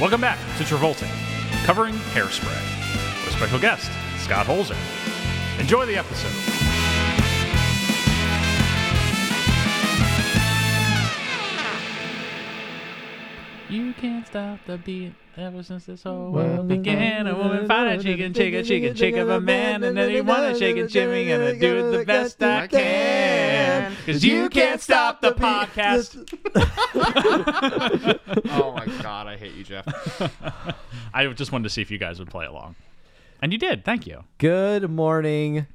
Welcome back to Travolting, covering Hairspray, with special guest Scott Holzer. Enjoy the episode. You can't stop the beat ever since this whole world began. A woman found a chicken, chicken, chicken, chick of a man, and then he wanted chicken, Jimmy, gonna do the best I can. Cause you can't stop the podcast. Oh my god, I hate you, Jeff. I just wanted to see if you guys would play along. And you did. Thank you. Good morning,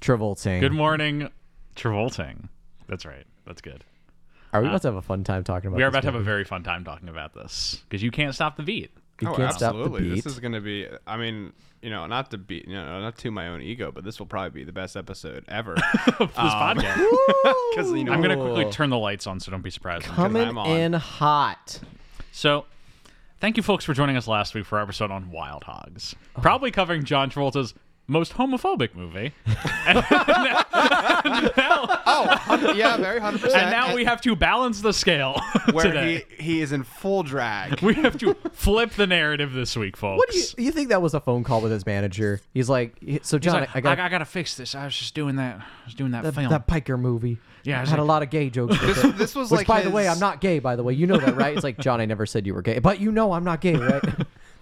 Travolting. Good morning, Travolting. That's right. That's good. Are we about to have a fun time talking about? We are about to this have a movie? very fun time talking about this because you can't stop the beat. You oh, can't stop absolutely. the beat. This is going to be I mean, you know, not to be, you know, not to my own ego, but this will probably be the best episode ever. Of this podcast. Cuz you know, I'm going to Ooh. quickly turn the lights on, so don't be surprised. coming I'm on. in hot. So, thank you, folks, for joining us last week for our episode on Wild Hogs. Oh. Probably covering John Travolta's most homophobic movie. oh, yeah, very 100%. And now we have to balance the scale where today. he he is in full drag. We have to flip the narrative this week, folks. What do you, you think that was a phone call with his manager? He's like, so He's John, like, I got, gotta fix this. I was just doing that. I was doing that, that, film. that Piker movie. Yeah, I I was had a like- lot of gay jokes. with This, it." this was Which, like by the his- way, I'm not gay. By the way, you know that, right? It's like John, I never said you were gay, but you know I'm not gay, right?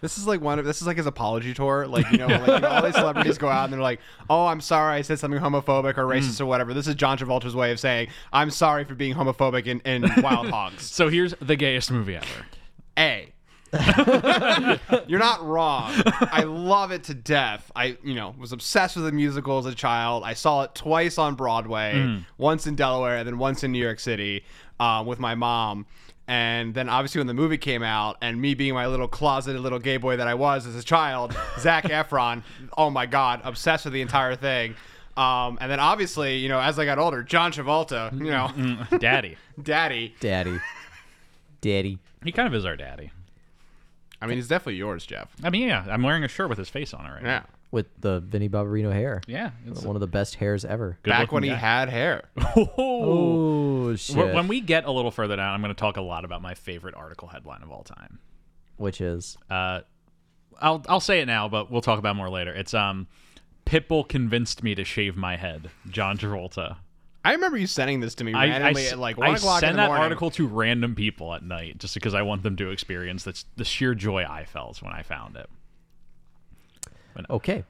This is like one of this is like his apology tour. Like you know, like, you know, all these celebrities go out and they're like, "Oh, I'm sorry, I said something homophobic or racist or whatever." This is John Travolta's way of saying, "I'm sorry for being homophobic in, in Wild Hogs." so here's the gayest movie ever. A. You're not wrong. I love it to death. I, you know, was obsessed with the musical as a child. I saw it twice on Broadway, Mm. once in Delaware, and then once in New York City uh, with my mom. And then obviously when the movie came out, and me being my little closeted little gay boy that I was as a child, Zach Efron, oh my god, obsessed with the entire thing. Um, and then obviously, you know, as I got older, John Travolta, you Mm-hmm. know, Daddy. daddy. Daddy, daddy. He kind of is our daddy. I mean, he's definitely yours, Jeff. I mean, yeah, I'm wearing a shirt with his face on it right Yeah. now. With the Vinnie Barbarino hair. Yeah. It's One of the best hairs ever. good Back when he looking guy. had hair. Oh. Oh shit! When when we get a little further down, I'm going to talk a lot about my favorite article headline of all time. Which is Uh, I'll I'll say it now, but we'll talk about it more later. It's um, Pitbull convinced me to shave my head. John Travolta. I remember you sending this to me I, I randomly s- at like I one o'clock send in the that morning. article to random people at night just because I want them to experience the, the sheer joy I felt when I found it. Okay.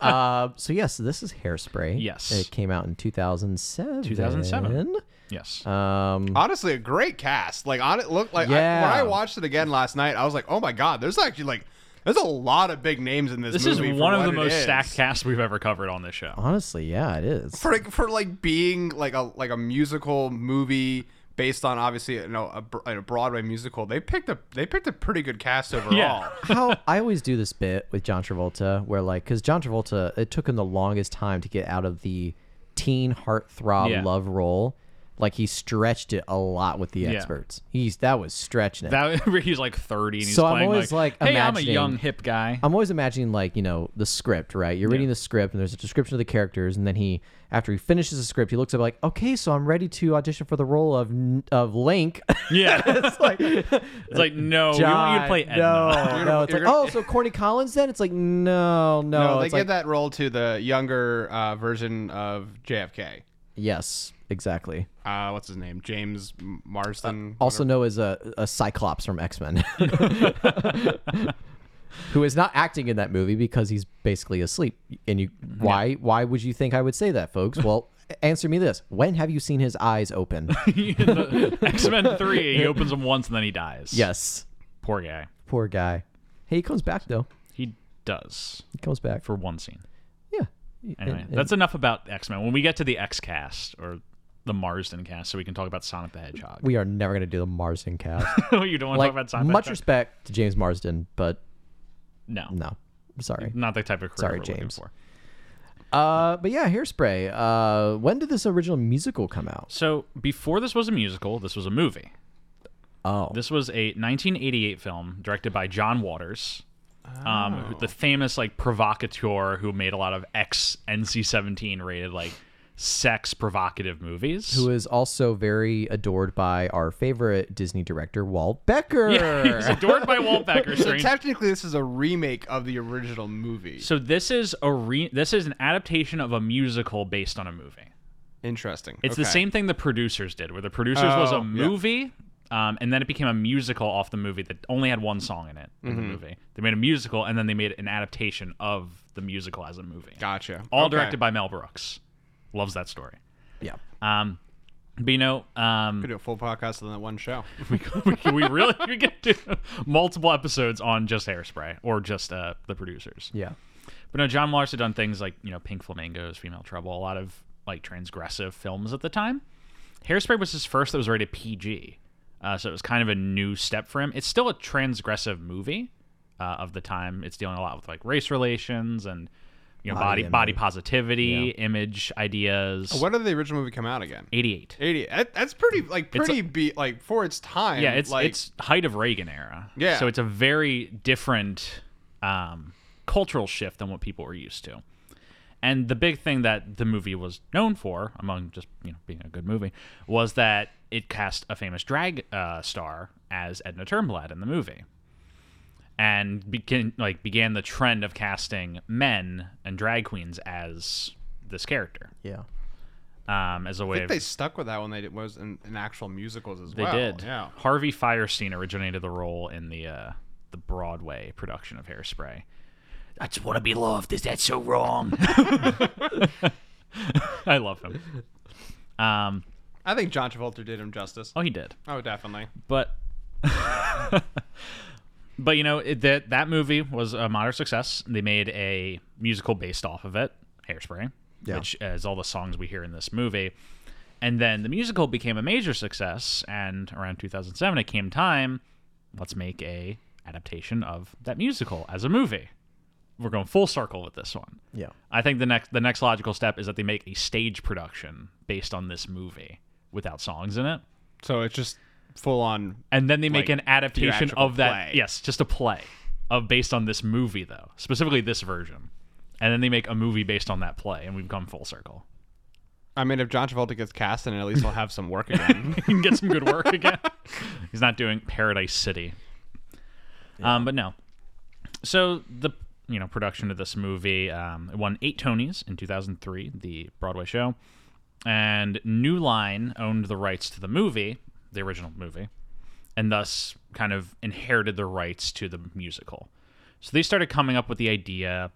uh, so yes, this is Hairspray. Yes. it came out in two thousand seven. 2007. Yes. Uh, Um, Mm. Honestly, a great cast. Like on it looked like I, Yeah. when I watched it again last night, I was like, oh my god, there's actually like there's a lot of big names in this. this is movie for one of what the it most is. stacked casts we've ever covered on this show. honestly, yeah, it is. for like, for like being like a like a musical movie based on obviously you know a, br- a Broadway musical. They picked a they picked a pretty good cast overall. Yeah. How I always do this bit with John Travolta, where like, because John Travolta, it took him the longest time to get out of the teen heartthrob Yeah. love role. Like he stretched it a lot with the experts. He's that was stretching it. That he's like 30 and he's So I'm playing always, like, hey, I'm a imagining- young hip guy. I'm always imagining like you know the script, right? You're reading the script, and there's a description of the characters, and then he, after he finishes the script, he looks up like, okay, so I'm ready to audition for the role of N- of Link. yeah. it's like it's like no, we want Oh, you to play John, Edna. No, no, it's You're like, gonna- oh, so Corny Collins then? It's like, no, no, No, they it's gave like, that role to the younger uh, version of JFK. Yes, exactly. Uh, what's his name? James Marsden. Also known as a, a Cyclops from X Men, who is not acting in that movie because he's basically asleep. And you, why, why would you think I would say that, folks? Well. Answer me this: When have you seen his eyes open? X Men Three. He opens them once and then he dies. yes, poor guy. Poor guy. Hey, he comes back though. He does He comes back. for one scene. yeah. Anyway, that's enough about X Men. When we get to the X cast or the Marsden cast, so we can talk about Sonic the Hedgehog. we are never gonna do the Marsden cast. you don't want to talk like about Sonic. much the Hedgehog? respect to James Marsden, but no, no, I'm sorry. not the type of career Sorry, we're James. looking for. Uh, but yeah, Hairspray. Uh, when did this original musical come out? So before this was a musical, this was a movie. Oh, This was a 1988 film directed by John Waters, um, Oh. who- the famous like provocateur who made a lot of ex NC-17 rated like sex provocative movies. who is also very adored by our favorite Disney director, Walt Becker. yeah, he's adored by Walt Becker. So strange- technically, this is a remake of the original movie. So this is a re- this is an adaptation of a musical based on a movie. Interesting. It's the Okay. same thing the producers did, where the producers was Oh, a yeah. movie, um, and then it became a musical off the movie that only had one song in it in Mm-hmm. the movie. They made a musical, and then they made an adaptation of the musical as a movie. Gotcha. All Okay. directed by Mel Brooks. Loves that story. Yeah. Um, but you know, um, Could do a full podcast on that one show. we, we, we really we could do multiple episodes on just Hairspray or just uh, the producers. Yeah. But no, John Millar's had done things like you know Pink Flamingos, Female Trouble, a lot of like transgressive films at the time. Hairspray was his first that was rated PG, uh, so it was kind of a new step for him. It's still a transgressive movie uh, of the time. It's dealing a lot with like race relations and you know body body, Body positivity, image ideas. When did the original movie come out again? Eighty eight. Eighty. That, that's pretty like It's a- pretty beat like for its time. Yeah, it's like, it's height of Reagan era. Yeah. So it's a very different um, cultural shift than what people were used to. And the big thing that the movie was known for, among just you know being a good movie, was that it cast a famous drag uh, star as Edna Turnblad in the movie, and begin like began the trend of casting men and drag queens as this character Yeah. um, as a I way think of they stuck with that when they did, was in, in actual musicals as They well. did. Yeah. Harvey Firestein originated the role in the uh, the Broadway production of Hairspray. I just want to be loved. Is that so wrong? I love him. Um, I think John Travolta did him justice. oh, he did, Oh, definitely. but but you know it, that that movie was a moderate success. They made a musical based off of it, Hairspray, Yeah. which is all the songs we hear in this movie. And then the musical became a major success, and around 2007, it came time. Let's make a adaptation of that musical as a movie. We're going full circle with this one. Yeah. I think the next the next logical step is that they make a stage production based on this movie without songs in it, So it's just full on. and then they make Like, an adaptation theatrical of that. play. Yes, just a play of based on this movie though, specifically this version, and then they make a movie based on that play, and we've come full circle. I mean, if John Travolta gets cast in, it, at least he'll have some work again. he can get some good work again. He's not doing Paradise City. Um, but no. So the you know production of this movie um, it won eight Tonys in 2003, the Broadway show, and New Line owned the rights to the movie, the original movie, and thus kind of inherited the rights to the musical. So they started coming up with the idea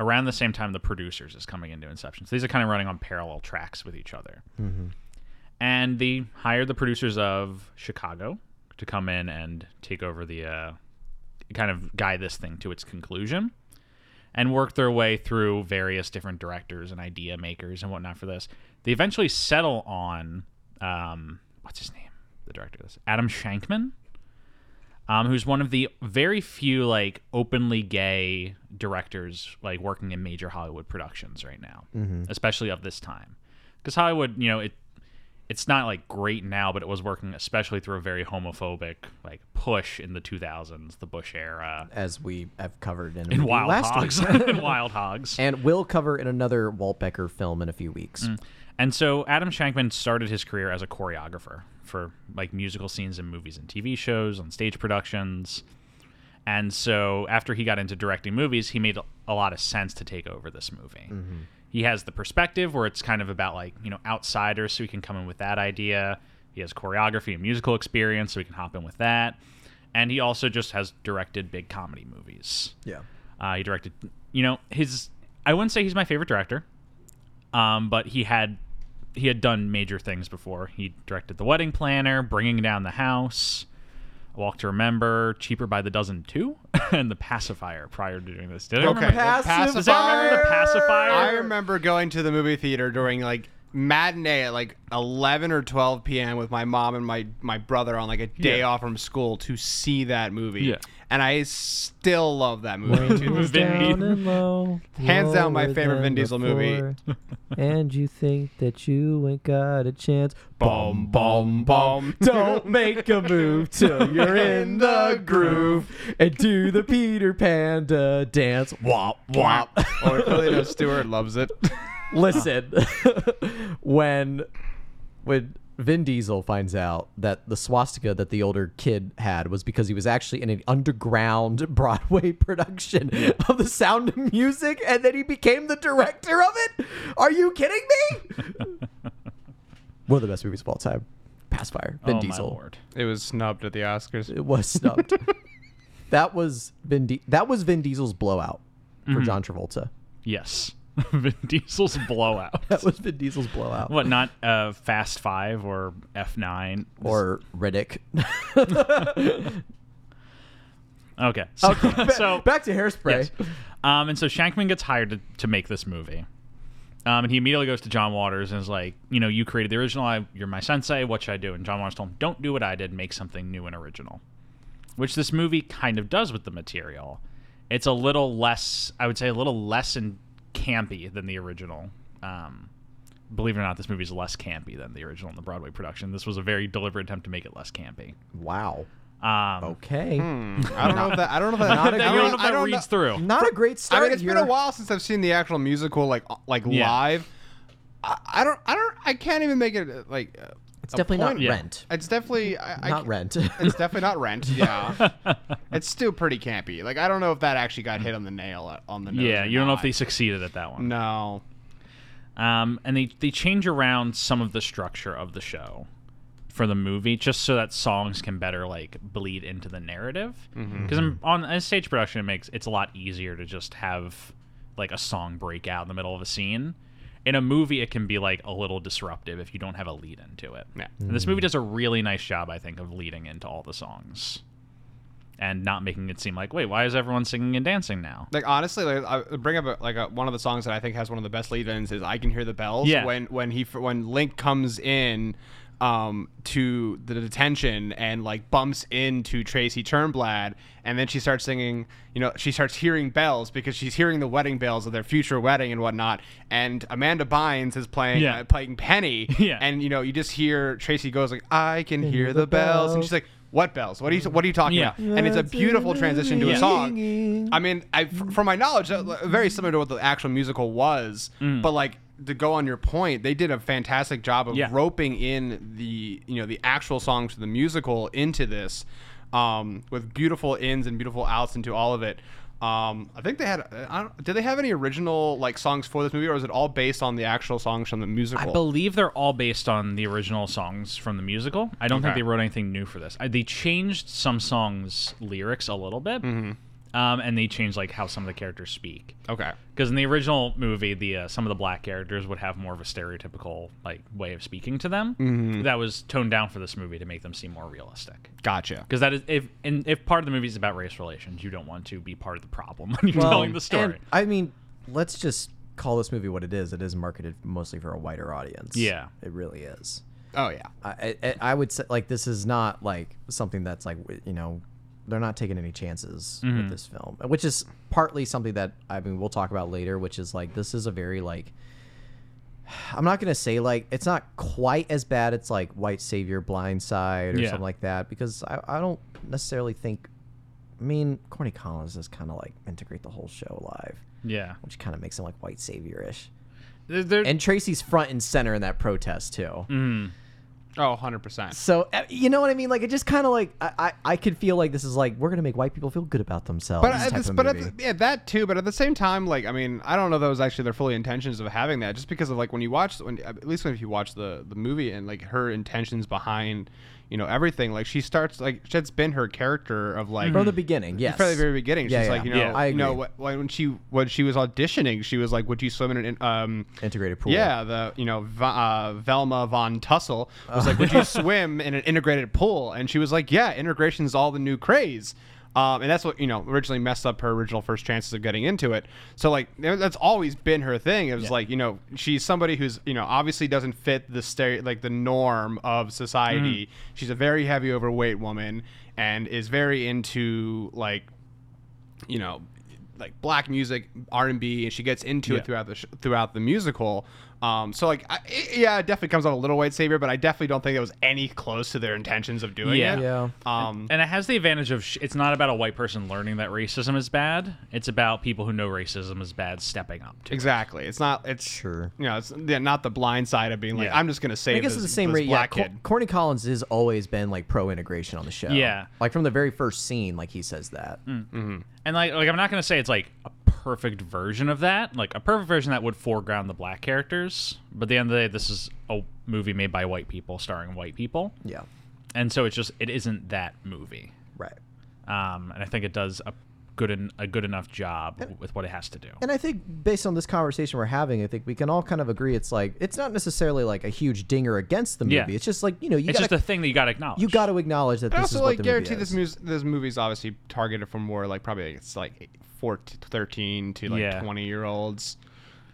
around the same time the producers is coming into Inception. So these are kind of running on parallel tracks with each other and they hired the producers of Chicago to come in and take over the uh, kind of guide this thing to its conclusion and work their way through various different directors and idea makers and whatnot for this. They eventually settle on um, what's his name, the director of this, Adam Shankman, um, who's one of the very few like openly gay directors like working in major Hollywood productions right now, especially of this time, because Hollywood, you know, it it's not like great now, but it was working especially through a very homophobic like push in the 2000s, the Bush era, As we have covered in, in Wild last Hogs, week. in Wild Hogs. and will cover in another Walt Becker film in a few weeks. Mm. And so Adam Shankman started his career as a choreographer for like musical scenes in movies and TV shows, on stage productions. And so after he got into directing movies, he made a lot of sense to take over this movie. He has the perspective where it's kind of about like, you know, outsiders, so he can come in with that idea. He has choreography and musical experience, so he can hop in with that. And he also just has directed big comedy movies. Yeah. Uh, he directed, you know, his. I wouldn't say he's my favorite director, um, but he had he had done major things before. He directed The Wedding Planner, Bringing Down the House, A Walk to Remember, Cheaper by the Dozen Two, and The Pacifier. Prior to doing this, did I okay. remember? Pacifier! Does everyone remember the pacifier? I remember going to the movie theater during like matinee at like 11 or 12 p.m. with my mom and my my brother on like a day Yeah. off from school to see that movie. Yeah. And I still love that movie. to this Vin day. Diesel. Hands down my favorite Vin Diesel movie. and you think that you ain't got a chance? Bum, bum, bum. Don't make a move till you're in the groove and do the Peter Panda dance. Wop wop. Oh, Orlando Stewart loves it. Listen, when when Vin Diesel finds out that the swastika that the older kid had was because he was actually in an underground Broadway production of The Sound of Music, and then he became the director of it. Are you kidding me? One of the best movies of all time. Pacifier, Vin oh, Diesel. My lord. It was snubbed at the Oscars. It was snubbed. that was Vin. Di- that was Vin Diesel's blowout for Mm-hmm. John Travolta. Yes. Vin Diesel's blowout. That was Vin Diesel's blowout. What not? Uh, Fast Five or F Nine? Or Riddick. Okay. So, so back to hairspray. Yes. Um, and so Shankman gets hired to, to make this movie. Um, and he immediately goes to John Waters and is like, you know, you created the original. I, you're my sensei. What should I do? And John Waters told him, don't do what I did. Make something new and original. Which this movie kind of does with the material. It's a little less, I would say, a little less and campy than the original. Um, believe it or not, this movie's less campy than the original in the Broadway production. This was a very deliberate attempt to make it less campy. Wow. Um, Okay. Hmm. I don't know if that. I don't know if that. I I don't don't, know if I that don't reads know. through. Not a great I start. mean, it's been here. a while since I've seen the actual musical, like uh, like Yeah. live. I, I don't. I don't. I can't even make it uh, like. uh, It's a definitely not point. Rent. It's definitely I, I Not ca- Rent. It's definitely not rent. Yeah, it's still pretty campy. Like I don't know if that actually got hit on the nail uh, on the nose. yeah, or you don't know if not. they succeeded at that one. No. um, and they they change around some of the structure of the show for the movie just so that songs can better like bleed into the narrative because on a stage production it makes it's a lot easier to just have like a song break out in the middle of a scene in a movie it can be like a little disruptive if you don't have a lead into it Yeah. and this movie does a really nice job i think of leading into all the songs and not making it seem like wait why is everyone singing and dancing now Like honestly, like, I bring up a, like a, one of the songs that I think has one of the best lead-ins is "I Can Hear the Bells." Yeah. When when he when Link comes in um, to the detention and like bumps into Tracy Turnblad, and then she starts singing. You know, she starts hearing bells because she's hearing the wedding bells of their future wedding and whatnot. And Amanda Bynes is playing Yeah. uh, playing Penny. Yeah. And you know, you just hear Tracy goes like, "I can hear the bells," and she's like. What bells? What are you? What are you talking Yeah. about? And it's a beautiful transition to a Yeah. song. I mean, I f- from my knowledge, that- like, very similar to what the actual musical was, but like to go on your point, they did a fantastic job of Yeah. roping in the you know the actual songs to the musical into this, um, with beautiful ins and beautiful outs into all of it. Um, I think they had. I don't, did they have any original like songs for this movie, or was it all based on the actual songs from the musical? I believe they're all based on the original songs from the musical. I don't think Okay. they wrote anything new for this. I, they changed some songs' lyrics a little bit, um, and they changed like how some of the characters speak. okay. Because in the original movie, the uh, some of the black characters would have more of a stereotypical like way of speaking to them. That was toned down for this movie to make them seem more realistic. Gotcha. Because that is if and if part of the movie is about race relations, you don't want to be part of the problem when you're Well, telling the story. and, I mean, let's just call this movie what it is. It is marketed mostly for a wider audience. Yeah. It really is. Oh yeah. I, I, I would say like this is not like something that's like you know they're not taking any chances Mm-hmm. with this film which is partly something that i mean we'll talk about later which is like this is a very like i'm not gonna say like it's not quite as bad it's like white savior blindside or Yeah. something like that because i, I don't necessarily think i mean corny collins does kind of like integrate the whole show alive yeah, which kind of makes him like white savior-ish There- there- and tracy's front and center in that protest too mm, Oh, 100 percent. so uh, you know what I mean? Like it just kind of like I, I I could feel like this is like we're gonna make white people feel good about themselves. But, type at this, of but at movie. the- yeah, that too. But at the same time, like I mean, I don't know if that was actually their fully intentions of having that, just because of like when you watch, when at least when if you watch the the movie and like her intentions behind, you know, everything. Like she starts like that's been her character of like from the beginning, yes, Hmm. from the very beginning. Yeah, she's yeah. like you know, Yeah. I you know agree. wh- when she when she was auditioning, she was like, would you swim in an um integrated pool. yeah, the you know Va- uh, Velma von Tussle was like, "Would you swim in an integrated pool?" And she was like, "Yeah, integration's all the new craze." Um, and that's what you know originally messed up her original first chances of getting into it. So like there- that's always been her thing. It was like you know she's somebody who's you know obviously doesn't fit the stere- like the norm of society. She's a very heavy overweight woman and is very into like you know like black music r&b and she gets into Yeah. it throughout the sh- throughout the musical Um, so like, I, it- yeah, it definitely comes off a little white savior, but I definitely don't think it was any close to their intentions of doing Yeah. it. Yeah. Um, And it has the advantage of sh- it's not about a white person learning that racism is bad. It's about people who know racism is bad stepping up to. it. exactly. It's not. It's Sure. You know, it's yeah, not the blind side of being like, Yeah. I'm just gonna save. I guess this, it's the same this rate. Yeah, black Cor- kid. Corny Collins has always been like pro integration on the show. Yeah. like from the very first scene, like he says that. And like, like I'm not gonna say it's like a perfect version of that. Like a perfect version that would foreground the black characters. But at the end of the day, this is a movie made by white people starring white people, Yeah, and so it's just it isn't that movie. right. Um, and I think it does a good en- a good enough job with what it has to do. And I think based on this conversation we're having, I think we can all kind of agree it's like it's not necessarily like a huge dinger against the movie. Yeah. It's just like you know you it's got just a thing that you gotta acknowledge. you got to acknowledge that I this is also what like the guarantee movie this is. mus- this movie's obviously targeted for more like probably like, it's like 4 to 13 to like Yeah. 20 year olds.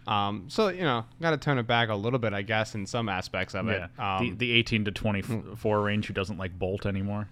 Um, so you know, gotta tone it back a little bit, I guess, in some aspects of Yeah. it. Um, the, the 18 to 24 range who doesn't like Bolt anymore.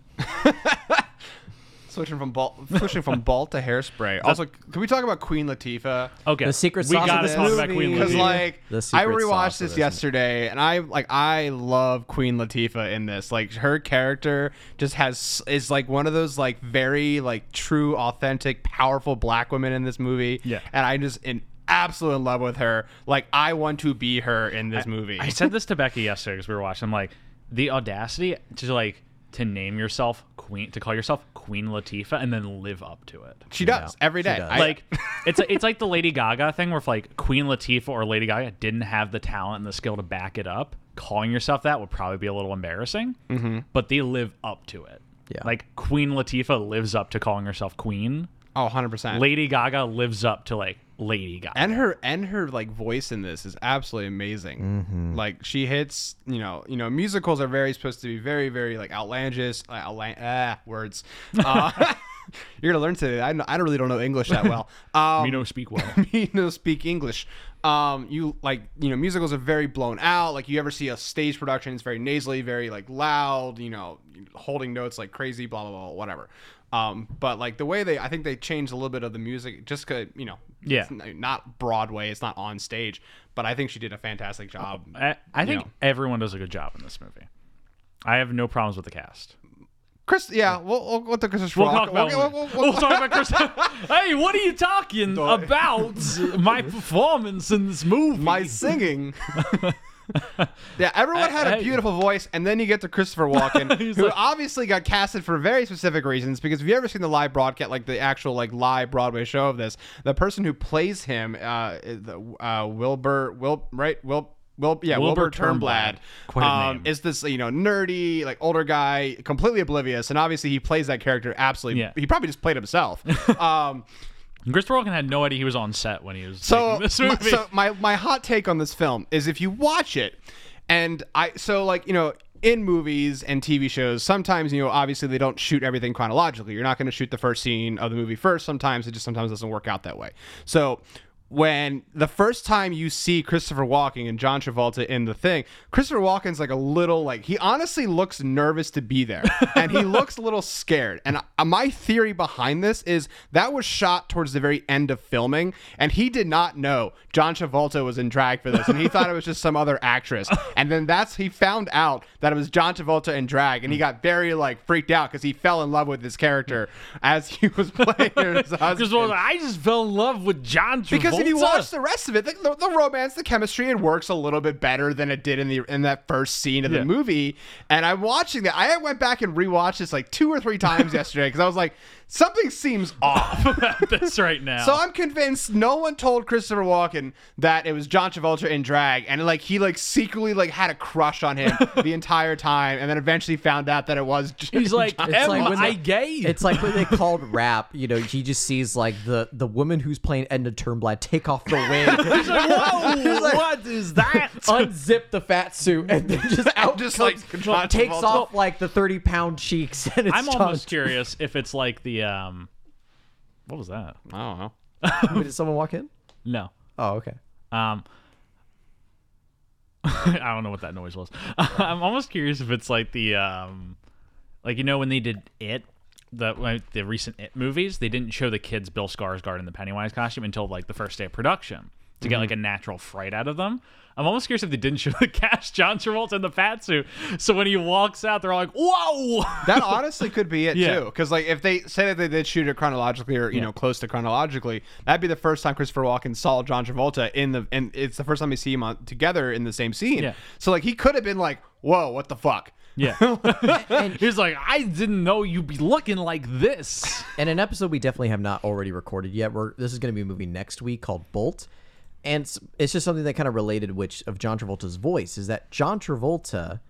switching from ball, switching from ball to hairspray. Also, can we talk about Queen Latifah? Okay. The secret Oh, we sauce of gotta this talk about movie. Queen Because Latifah. like The I secret sauce rewatched of this this yesterday, and I like I love Queen Latifah in this. Like her character just has is like one of those like very like true, authentic, powerful black women in this movie. Yeah. and I just in absolute in love with her. Like I want to be her in this movie. I said this to Becky yesterday because we were watching. I'm like, the audacity to like to name yourself Queen, to call yourself Queen Latifah, and then live up to it. she does Yeah, every she day. does. I- Like it's it's like the Lady Gaga thing, where if like Queen Latifah or Lady Gaga didn't have the talent and the skill to back it up, calling yourself that would probably be a little embarrassing. Mm-hmm. But they live up to it. Yeah. Like Queen Latifah lives up to calling herself Queen. oh, 100 percent. Lady Gaga lives up to like Lady Gaga. and her and her like voice in this is absolutely amazing like she hits you know you know musicals are very supposed to be very very like outlandish uh, outlan- uh, words uh, you're gonna learn today I, I really don't know english that well um, you know, speak well. you know speak english um you like you know musicals are very blown out like you ever see a stage production it's very nasally very like loud you know holding notes like crazy blah blah blah whatever um but like the way they i think they changed a little bit of the music just cause you know Yeah. it's n- not broadway it's not on stage but i think she did a fantastic Uh, job I, I think know. everyone does a good job in this movie. I have no problems with the cast. chris yeah we'll, we'll, we'll talk Chris We'll Rock. talk about We'll- we'll- we'll- we'll talk about Chris. hey, what are you talking about? my performance in this movie. my singing. yeah, everyone had I- a beautiful voice, and then you get to Christopher Walken, He's who like- obviously got casted for very specific reasons. Because if you have ever seen the live broadcast, like the actual like live Broadway show of this, the person who plays him, uh, is the uh, Wilbur, Wil, right, Wil. Wil, yeah, Wilbur Wilbur, Turnblad um, Turnblad. Quite a name. is this you know nerdy like older guy, completely oblivious, and obviously he plays that character absolutely. Yeah. He probably just played himself. um, Christopher Walken had no idea he was on set when he was so, making this my- movie. so my my hot take on this film is if you watch it, and I so like you know in movies and TV shows sometimes you know obviously they don't shoot everything chronologically. You're not going to shoot the first scene of the movie first. Sometimes it just sometimes doesn't work out that way. So. When the first time you see Christopher Walken and John Travolta in the thing, Christopher Walken's like a little like he honestly looks nervous to be there, and he looks a little scared. And uh, my theory behind this is that was shot towards the very end of filming, and he did not know John Travolta was in drag for this, and he thought it was just some other actress. And then that's he found out that it was John Travolta in drag, and he got very like freaked out because he fell in love with this character as he was playing her as a Christopher Walken, husband. I just fell in love with John Travolta. Because if you watch the rest of it, the, the, the romance, the chemistry, it works a little bit better than it did in the in that first scene of Yeah. the movie. And I'm watching that. I went back and rewatched this like two or three times yesterday because I was like, something seems off. this right now, So I'm convinced no one told Christopher Walken that it was John Travolta in drag, and like he like secretly like had a crush on him the entire time, and then eventually found out that it was. he's like, John- Emma, like when I the- gay. It's like when they called rap. You know, he just sees like the the woman who's playing Edna Turnblad take off the wig. He's like, whoa, He's like- Oh, what is that? "Oh, unzip the fat suit and then just out Just, comes- like, John takes Travolta. off like the 30 pound cheeks and it's I'm done. almost curious if it's like the um, what was that? I don't know. Wait, did someone walk in No, oh okay Um, I don't know what that noise was. I'm almost curious if it's like the um, like you know when they did it, the like, the recent it movies, they didn't show the kids Bill Skarsgård in the Pennywise costume until like the first day of production. to get like a natural fright out of them. I'm almost curious if they didn't show the cast, John Travolta in the fat suit. So when he walks out, they're all like, "Whoa!" That honestly could be it Yeah. too, because like if they say that they did shoot it chronologically or you know close to chronologically, that'd be the first time Christopher Walken saw John Travolta in the and it's the first time we see him on, together in the same scene. Yeah. So like he could have been like, "Whoa, what the fuck?" yeah, he's like, "I didn't know you'd be looking like this." And an episode we definitely have not already recorded yet. We're this is going to be a movie next week called Bolt, and it's, it's just something that kind of related, which of John Travolta's voice is that John Travolta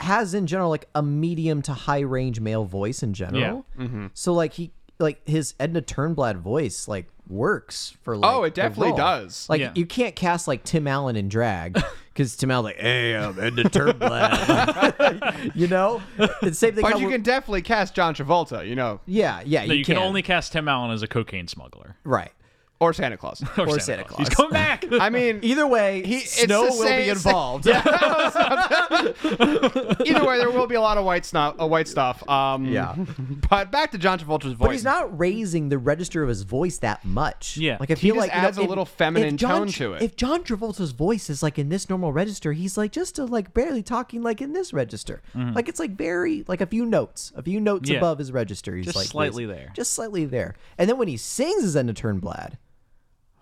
has in general like a medium to high range male voice in general. Mm-hmm. So like he like his Edna Turnblad voice like works for like Oh, it the definitely role. does. Like Yeah. you can't cast like Tim Allen in drag because Tim Allen like hey I'm Edna Turnblad, you know. The same thing. But how you we're- can definitely cast John Travolta, you know, yeah yeah No, you, can, can only cast Tim Allen as a cocaine smuggler right. or Santa Claus. or, Santa Claus. He's coming back. I mean, Either way, He- it's Snow the will same- be involved. either way, there will be a lot of white snuff, uh, white stuff. Um, Yeah. But back to John Travolta's voice. But he's not raising the register of his voice that much. Yeah. like I He feel just like you know, adds a if- little feminine if John, tone to it. If John Travolta's voice is like in this normal register, he's like just uh, like barely talking like in this register. Mm-hmm. Like it's like very like a few notes, a few notes Yeah. above his register. He's Just like slightly this. there. just slightly there. And then when he sings his Edna Turnblad,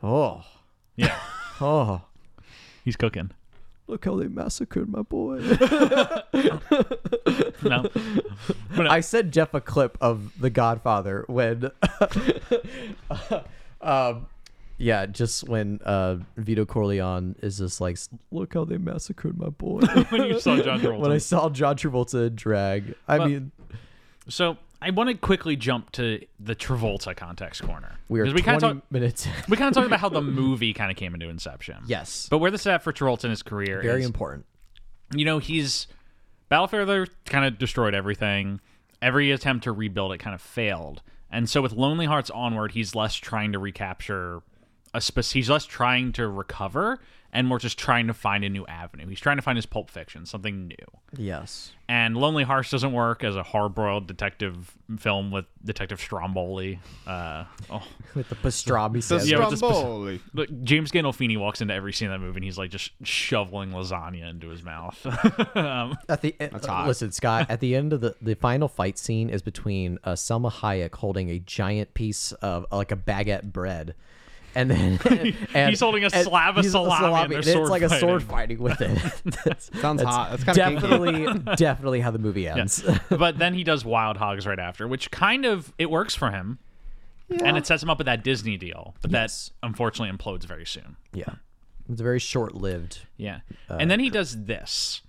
oh, yeah, oh, he's cooking. look how they massacred my boy. No, I sent Jeff a clip of The Godfather when, um, yeah, just when uh, Vito Corleone is just like, look how they massacred my boy. when you saw John Travolta. when I saw John Travolta in drag, I mean, So I want to quickly jump to the Travolta context corner. we are Because 20 kinda talk- minutes. in. we kind of talked about how the movie kind of came into inception. yes, But where this is at for Travolta in his career very is, important. you know, he's Battlefield kind of destroyed everything. Every attempt to rebuild it kind of failed. And so with Lonely Hearts Onward, he's less trying to recapture a spec- he's less trying to recover and more just trying to find a new avenue. He's trying to find his pulp fiction, something new Yes, and Lonely Hearts doesn't work as a hard-boiled detective film with Detective Stromboli. Uh, oh, with the pastrami the sandwich. Yeah, with the spec- Stromboli. Look, James Gandolfini walks into every scene of that movie, and he's like just shoveling lasagna into his mouth. um, At the end, hot. listen, Scott. At the end of the the final fight scene is between uh, Selma Hayek holding a giant piece of uh, like a baguette bread, and then and- He's holding a and slab of he's- salami and they're It's sword like a sword fighting with it. That's- Sounds hot. That's kinda kinky. definitely definitely how the movie ends. but then he does Wild Hogs right after, which kind of it works for him, and it sets him up with that Disney deal. But Yes. that unfortunately implodes very soon. yeah, it's very short lived. Yeah. and then he does this,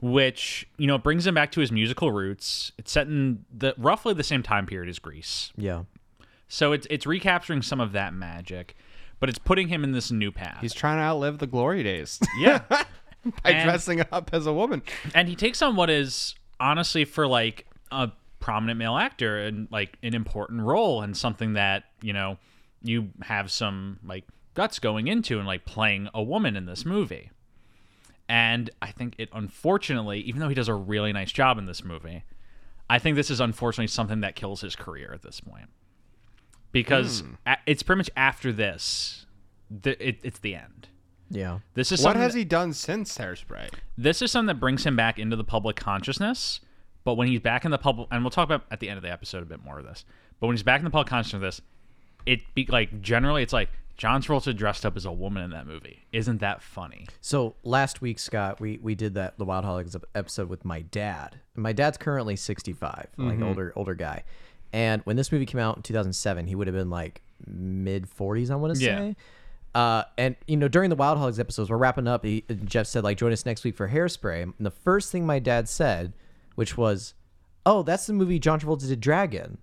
which, you know, brings him back to his musical roots. It's set in the roughly the same time period as Greece. Yeah, So it's it's recapturing some of that magic, but it's putting him in this new path. He's trying to outlive the glory days yeah. by And- dressing up as a woman. and he takes on what is honestly for like a prominent male actor and like an important role and something that, you know, you have some like guts going into and like playing a woman in this movie. And I think it unfortunately, even though he does a really nice job in this movie, I think this is unfortunately something that kills his career at this point. Because Hmm. a- it's pretty much after this, th- it, it's the end. yeah. This is What something has that- he done since Hairspray? this is something that brings him back into the public consciousness. But when he's back in the public, and we'll talk about at the end of the episode a bit more of this. But when he's back in the public consciousness of this, it be like generally it's like John Travolta dressed up as a woman in that movie. Isn't that funny? So last week, Scott, we we did that the Wild Hogs ep- episode with my dad. My dad's currently sixty like older older guy. And when this movie came out in two thousand seven, he would have been like mid forties, I want to Yeah. say. Uh, and you know, during the Wild Hogs episodes, we're wrapping up. He, Jeff said, like, join us next week for Hairspray. And the first thing my dad said, which was, "Oh, that's the movie John Travolta did Dragon."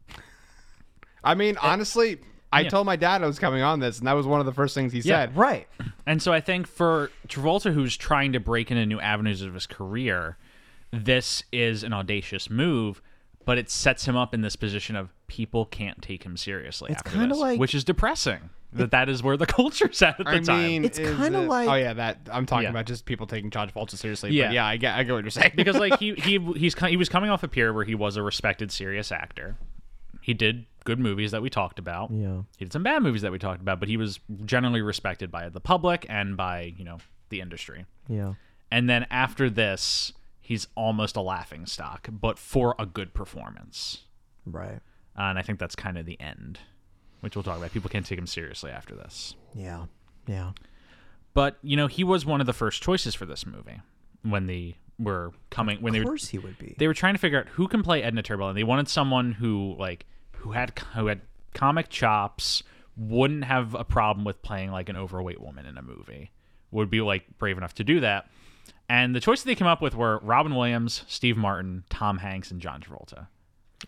I mean, honestly, I yeah. told my dad I was coming on this, and that was one of the first things he Yeah. said. Right. And so I think for Travolta, who's trying to break into new avenues of his career, this is an audacious move, but it sets him up in this position of people can't take him seriously. It's kinda like- which is depressing. That that is where the culture's at at the I time. mean, It's is kinda it- like- oh yeah, that I'm talking Yeah. about just people taking John Travolta seriously. Yeah. but yeah, I get, I get what you're saying. because like he he he's co- he was coming off a period where he was a respected serious actor. He did good movies that we talked about. Yeah. He did some bad movies that we talked about, but he was generally respected by the public and by, you know, the industry. Yeah. And then after this, he's almost a laughing stock, but for a good performance. Right. Uh, and I think that's kind of the end, which we'll talk about. People can't take him seriously after this. Yeah. Yeah. But, you know, he was one of the first choices for this movie when they were coming when they Of were course he would be. they were trying to figure out who can play Edna Turbo and they wanted someone who like who had who had comic chops, wouldn't have a problem with playing like an overweight woman in a movie. Would be like brave enough to do that. And the choices they came up with were Robin Williams, Steve Martin, Tom Hanks, and John Travolta.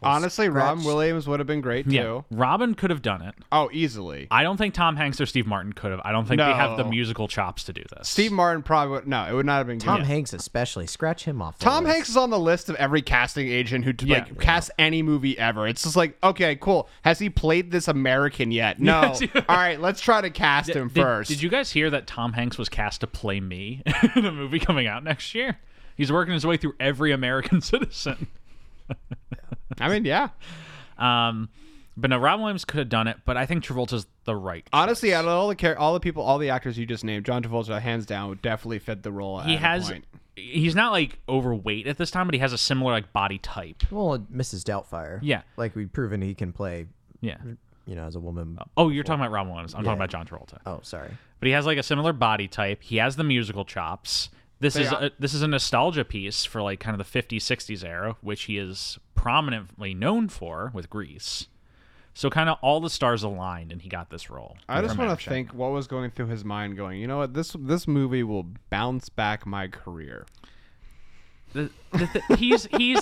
Honestly, Robin scratch. Williams would have been great too. Yeah, Robin could have done it. Oh, easily. I don't think Tom Hanks or Steve Martin could have. I don't think they have the No. musical chops to do this. Steve Martin probably would. No, it would not have been good. Tom Hanks especially. Scratch him off. the Tom list. Hanks is on the list of every casting agent who Yeah. like casts any movie ever. It's just like, okay, cool. Has he played this American yet? No. Yes, yeah. All right, let's try to cast him Did- first. Did, you guys hear that Tom Hanks was cast to play me in a movie coming out next year? He's working his way through every American citizen. I mean, yeah. Um, but no, Robin Williams could have done it, but I think Travolta's the right. Honestly, out of all the char- all the people, all the actors you just named, John Travolta hands down would definitely fit the role. he at a has. point. He's not like overweight at this time, but he has a similar like body type. Well, and Mrs. Doubtfire. Yeah. Like we've proven he can play, Yeah. you know, as a woman. Oh, you're talking about Robin Williams. I'm talking about John Travolta. Oh, sorry. But he has like a similar body type. He has the musical chops. This is are- a, this is a nostalgia piece for like kind of the 50s 60s era, which he is prominently known for with Grease. So kind of all the stars aligned and he got this role. I just from want to action. think what was going through his mind, going, you know what, this this movie will bounce back my career. The- the th- he's he's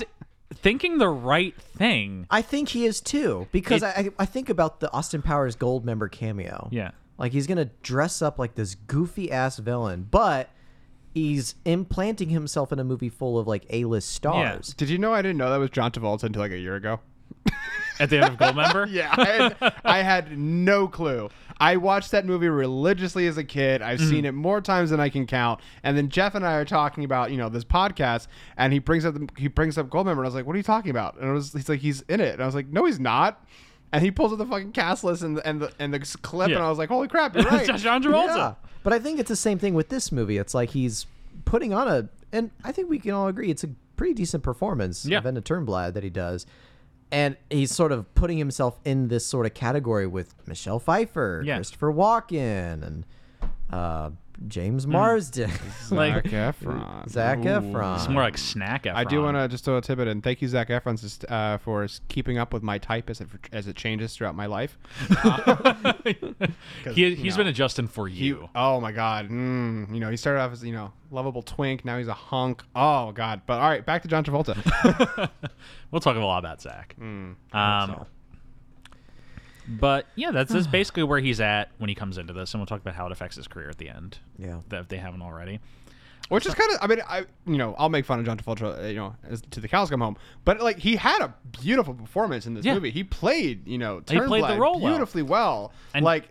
thinking the right thing. I think he is too, because It- I, I think about the Austin Powers Gold member cameo. Yeah. Like he's gonna dress up like this goofy ass villain, but he's implanting himself in a movie full of like A list stars. Did you know I didn't know that was John Travolta until like a year ago? At the end of Goldmember? Yeah, I had, I had no clue. I watched that movie religiously as a kid. I've Mm-hmm. seen it more times than I can count. And then Jeff and I are talking about you know this podcast, and he brings up the, he brings up Goldmember, and I was like, "What are you talking about?" And it was he's like, "He's in it," and I was like, "No, he's not." And he pulls up the fucking cast list and the and the, and the clip, Yeah. and I was like, "Holy crap, you're It's right!" John Travolta. Yeah. But I think it's the same thing with this movie. It's like he's putting on a, and I think we can all agree it's a pretty decent performance Yeah. of Edna Turnblad that he does. And he's sort of putting himself in this sort of category with Michelle Pfeiffer, Yeah. Christopher Walken, and uh, James Marsden, Like Zac Efron. Zach it's Efron. more like snack Efron. I do want to just throw a tidbit in. Thank you, Zach Efron, s- uh, for s- keeping up with my type as it as it changes throughout my life. He, he's no. been adjusting for He- you. oh my god, mm, you know he started off as you know lovable twink. Now he's a hunk. Oh god, but all right, back to John Travolta. We'll talk a lot about Zach. Mm, um, but yeah, that's, that's basically where he's at when he comes into this, and we'll talk about how it affects his career at the end. Yeah. that if they haven't already. Which is kind of, I mean, I you know I'll make fun of John Travolta, uh, you know, as, to the cows come home. But like he had a beautiful performance in this Yeah. movie. He played you know He played the Turnblad role well. beautifully well. And- like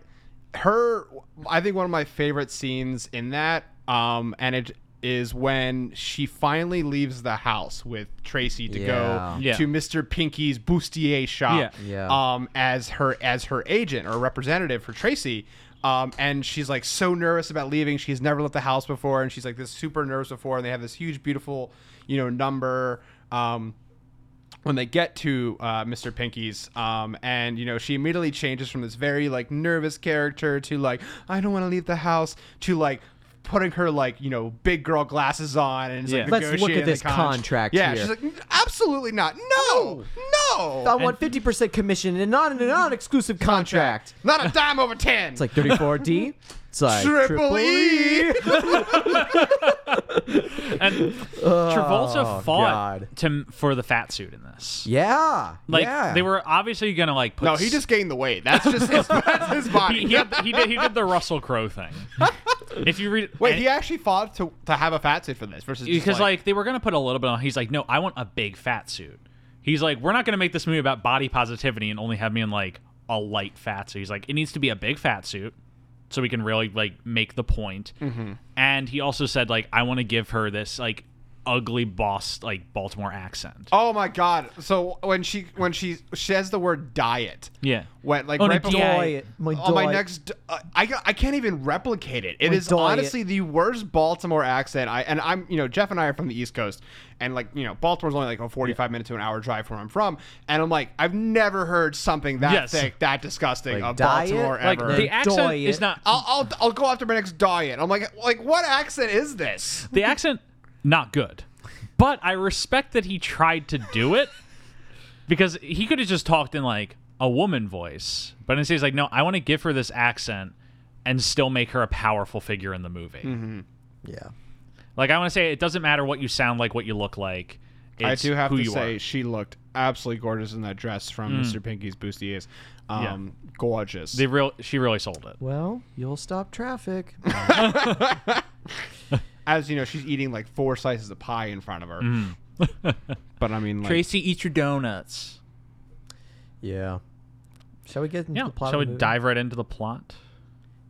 her, I think one of my favorite scenes in that, um, and it is when she finally leaves the house with Tracy to Yeah. go Yeah. to Mr. Pinky's bustier shop. Yeah. Yeah. um, as her as her agent or representative for Tracy. Um, and she's like so nervous about leaving. She's never left the house before, and she's like this super nervous before. And they have this huge, beautiful, you know, number. Um, when they get to uh, Mr. Pinky's, um, and you know, she immediately changes from this very like nervous character to like I don't want to leave the house to like putting her like you know big girl glasses on and is, like, Yeah. Let's look at negotiating the this con- contract Yeah, here. she's like "N- absolutely not. No, no. I want 50% commission and not an non exclusive contract. Not a dime over ten. It's like 34D. It's like triple, E. E. And Oh, Travolta fought God. to for the fat suit in this. Yeah. Like yeah. they were obviously gonna like. Put No, he s- just gained the weight. That's just his, that's his body. he, he, had- he did he did the Russell Crowe thing. if you read Wait, and- he actually fought to, to have a fat suit for this versus just, because like, they were gonna put a little bit on. He's like, no, I want a big fat suit. He's like, we're not gonna make this movie about body positivity and only have me in like a light fat suit. He's like, it needs to be a big fat suit so we Mm-hmm. can really like make the point. And he also said like, I want to give her this like ugly boss like Baltimore accent. Oh my god! So when she when she says the word diet, Yeah. when like Oh, no, right before diet. My on my diet. next, d- uh, I ca- I can't even replicate it. It My is diet. honestly the worst Baltimore accent. I and I'm you know Jeff and I are from the East Coast, and like you know Baltimore's only like a 45 minute to an hour drive from where I'm from, and I'm like I've never heard something that Yes. thick, that disgusting Like of diet? Baltimore Like ever. Oh, the accent Diet. is not I'll, I'll I'll go after my next diet. I'm like like what accent is this? the accent not good. But I respect that he tried to do it because he could have just talked in like a woman voice. But instead he's like, "No, I want to give her this accent and still make her a powerful figure in the movie." Mm-hmm. Yeah. Like I want to say it doesn't matter what you sound like, what you look like. I It's do have who to you say, are. Mm. she looked absolutely gorgeous in that dress from Mr. Pinky's Bustiers. Um, Gorgeous. they real she really sold it. Well, you'll stop traffic. As you know, she's eating like four slices of pie in front of her. but I mean, like, eat your donuts. yeah. Shall we get into Yeah. the plot? Shall of we the movie? dive right into the plot?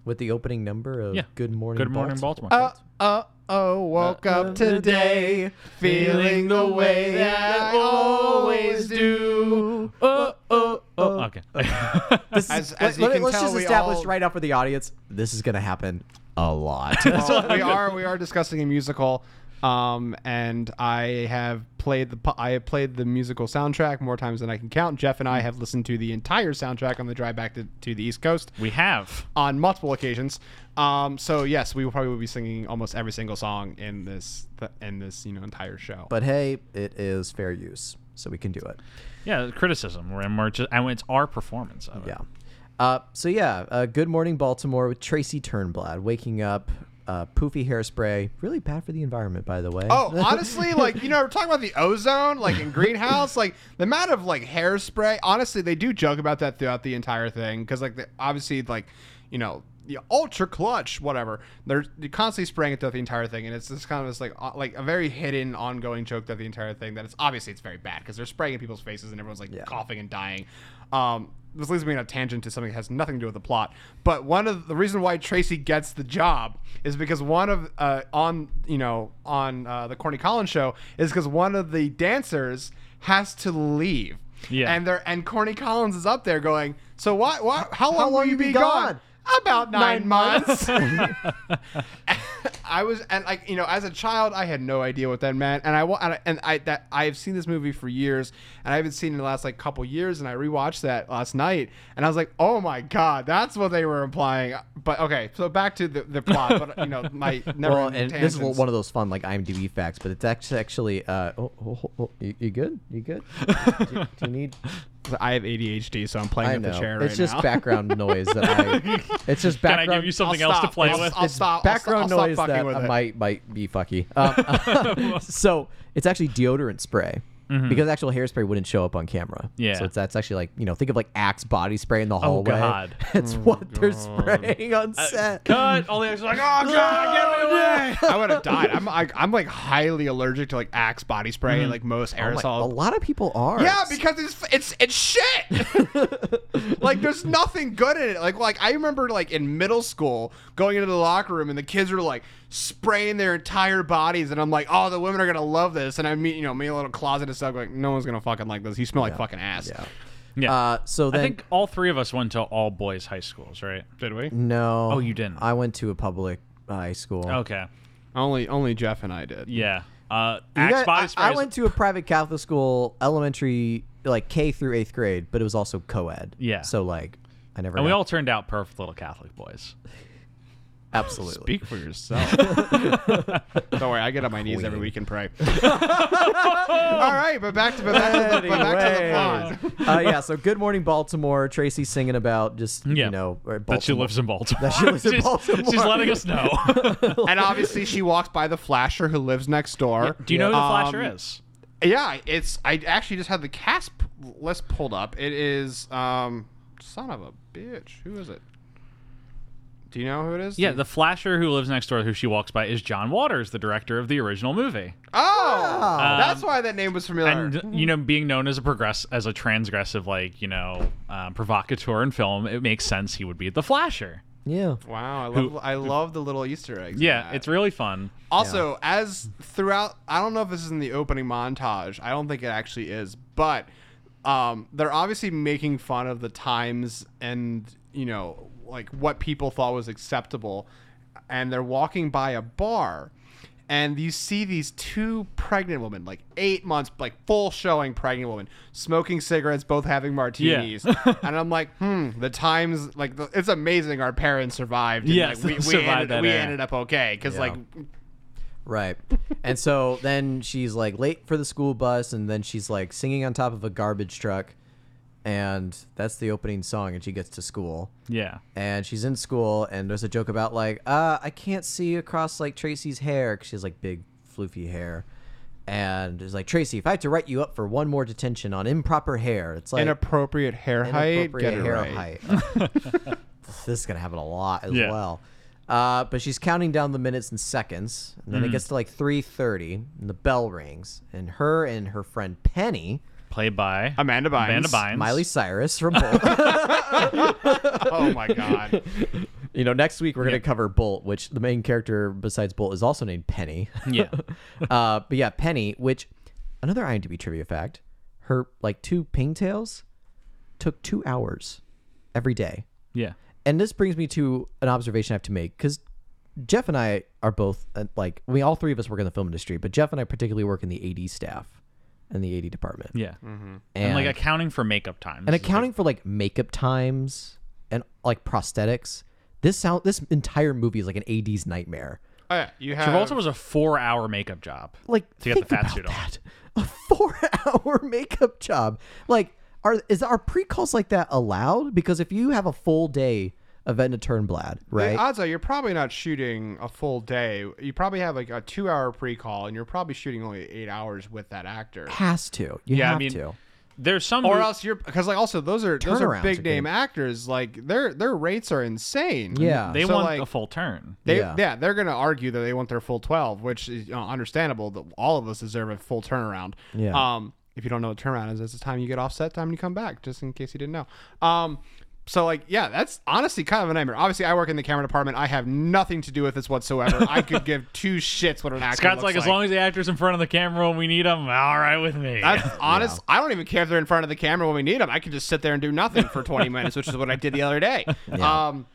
with the opening number of Yeah. Good Morning Good morning, Baltimore. uh, uh, oh, woke up today feeling the way that I always do. Oh, uh, oh, oh. okay. This is, As- as, as you let, can us tell, just we establish all- right now for the audience this is going to happen a lot. Well, Oh, we are we are discussing a musical, um, and I have played the pu- I have played the musical soundtrack more times than I can count. Jeff and I have listened to the entire soundtrack on the drive back to, to the East Coast. we have. on multiple occasions. Um, so yes, we will probably be singing almost every single song in this in this you know entire show. but hey, it is fair use, so we can do it. Yeah, criticism. We're, and we're just, and it's our performance of it. Yeah. Uh, so yeah, uh, Good Morning Baltimore with Tracy Turnblad waking up, uh, poofy hairspray, really bad for the environment, by the way. oh, honestly, like you know, we're talking about the ozone, like in Greenhouse, like the amount of like hairspray. Honestly, they do joke about that throughout the entire thing because like the, obviously like you know. The ultra clutch, whatever. They're they're constantly spraying it throughout the entire thing, and it's just kind of this like uh, like a very hidden, ongoing joke throughout the entire thing. That it's obviously it's very bad because they're spraying in people's faces, and everyone's like Yeah. coughing and dying. Um, this leads me on a tangent to something that has nothing to do with the plot. But one of the reason why Tracy gets the job is because one of uh, on you know on uh, the Corny Collins show is because one of the dancers has to leave. Yeah. And there and Corny Collins is up there going, so why why how long, How will you be gone? gone? About nine, months. I was and like you know as a child I had no idea what that meant and I wa- and I, and I that I have seen this movie for years and I haven't seen it in the last like couple years and I rewatched that last night and I was like oh my god that's what they were implying but okay so back to the, the plot but you know my never well, and this is one of those fun like IMDb facts, but it's act- actually. Uh, oh, oh, oh, oh, you, you good? You good? do, you- do you need? I have ADHD so I'm playing I with know. the chair right it's just now. background noise that I. It's just Can background. I give you something I'll else to stop. play I'll- with? I'll stop. I'll stop- background I'll stop noise fucking that with it. might might be fucky. Um, so it's actually deodorant spray Mm-hmm. because actual hairspray wouldn't show up on camera. Yeah. so it's, that's actually like you know think of like Axe body spray Oh, in the hallway. God. That's what they're spraying on Uh, set. uh, Cut. All the actors are like, oh god, get me away. I would have died. I'm I, I'm like highly allergic to like Axe body spray and like most Oh my- aerosol. a lot of people are. Yeah, because it's it's it's shit. like there's nothing good in it. Like like I remember like in middle school going into the locker room and the kids were like spraying their entire bodies and I'm like, oh, the women are gonna love this. And I meet you know me in a little closet and stuff like no one's gonna fucking like this. You smell like fucking ass. Yeah. Yeah. Uh, so I then think all three of us went to all boys high schools, right? Did we? no. Oh, you didn't. Oh, I went to a public high school. Okay. Only only Jeff and I did. Yeah. Uh, You Axe got- body I- spray. I, is- went to a private Catholic school, elementary, like K through eighth grade, but it was also co-ed. Yeah. So like, I never. and we got- all turned out perfect little Catholic boys. absolutely. Speak for yourself. Don't worry, I get on my knees every Queen. week and pray. All right, but back to but back to the, but back to the plot. uh, yeah, so Good Morning Baltimore. Tracy singing about just Yeah. you know or That she Baltimore. lives in Baltimore. That she lives in she's, Baltimore. She's letting us know. and obviously she walks by the flasher who lives next door. Do you know who the flasher Um, is? Yeah, it's. I actually just had the cast p- list pulled up. It is. Um, son of a bitch. Who is it? Do you know who it is? Yeah, the flasher who lives next door, who she walks by, is John Waters, the director of the original movie. Oh, Wow. that's why that name was familiar. and you know being known as a progress as a transgressive like you know um, provocateur in film it makes sense he would be the flasher Yeah. Wow, I love, Who- I love the little Easter eggs. in Yeah, that. it's really fun. Also, as throughout, I don't know if this is in the opening montage. I don't think it actually is, but um, they're obviously making fun of the times and you know, like what people thought was acceptable. And they're walking by a bar, and you see these two pregnant women, like eight months, like full showing pregnant women, smoking cigarettes, both having martinis. and I'm like, hmm, the times, like the, it's amazing our parents survived. and, Yes, like, we, we survived ended, that we era. ended up okay because Yeah. like Right. and so then she's like late for the school bus, and then she's like singing on top of a garbage truck, and that's the opening song, and she gets to school. Yeah. And she's in school, and there's a joke about like, uh, I can't see across like Tracy's hair because she has like big floofy hair, and it's like Tracy, if I have to write you up for one more detention on improper hair, it's like inappropriate hair height, inappropriate get it hair right. height. this is gonna happen a lot as Yeah. well. Uh, but she's counting down the minutes and seconds, and Mm. then it gets to like three thirty, and the bell rings, and her and her friend Penny, Played by Amanda Bynes. Amanda Bynes. Miley Cyrus from Bolt. Oh my god. you know, next week we're gonna cover Bolt, which the main character besides Bolt is also named Penny. Yeah. uh, but yeah, Penny, which another IMDb trivia fact, her like two pigtails took two hours every day. Yeah. and this brings me to an observation I have to make because Jeff and I are both uh, like we all three of us work in the film industry, but Jeff and I particularly work in the AD staff in the AD department, Yeah. Mm-hmm. and, And like accounting for makeup time. and accounting for like makeup times and like prosthetics. This sound this entire movie is like an AD's nightmare. Oh, yeah, you have Travolta was a four-hour makeup job. Like To get think the fat about suit on. that. a four-hour makeup job. Like, are is are pre-calls like that allowed? Because if you have a full day of Edna Turnblad, uh, right? The odds are you're probably not shooting a full day. You probably have like a two-hour pre-call, and you're probably shooting only eight hours with that actor. has to. You Yeah, have I mean, to. there's some Or mo- else you're because like also those are those are Turnarounds are big name good. actors. Like their their rates are insane. Yeah. they so, want like- a full turn. They, yeah. Yeah. they're going to argue that they want their full 12, which is you know, understandable. That all of us deserve a full turnaround. Yeah. Um, if you don't know what turnaround is, it's the time you get offset, time you come back, just in case you didn't know. Um, so like, yeah, that's honestly kind of a nightmare. Obviously, I work in the camera department. I have nothing to do with this whatsoever. I could give two shits what an actor Scott's like, looks as long as the actor's in front of the camera when we need him, all right with me. That's honest. I don't even care if they're in front of the camera when we need them. I could just sit there and do nothing for 20 minutes, which is what I did the other day. Um,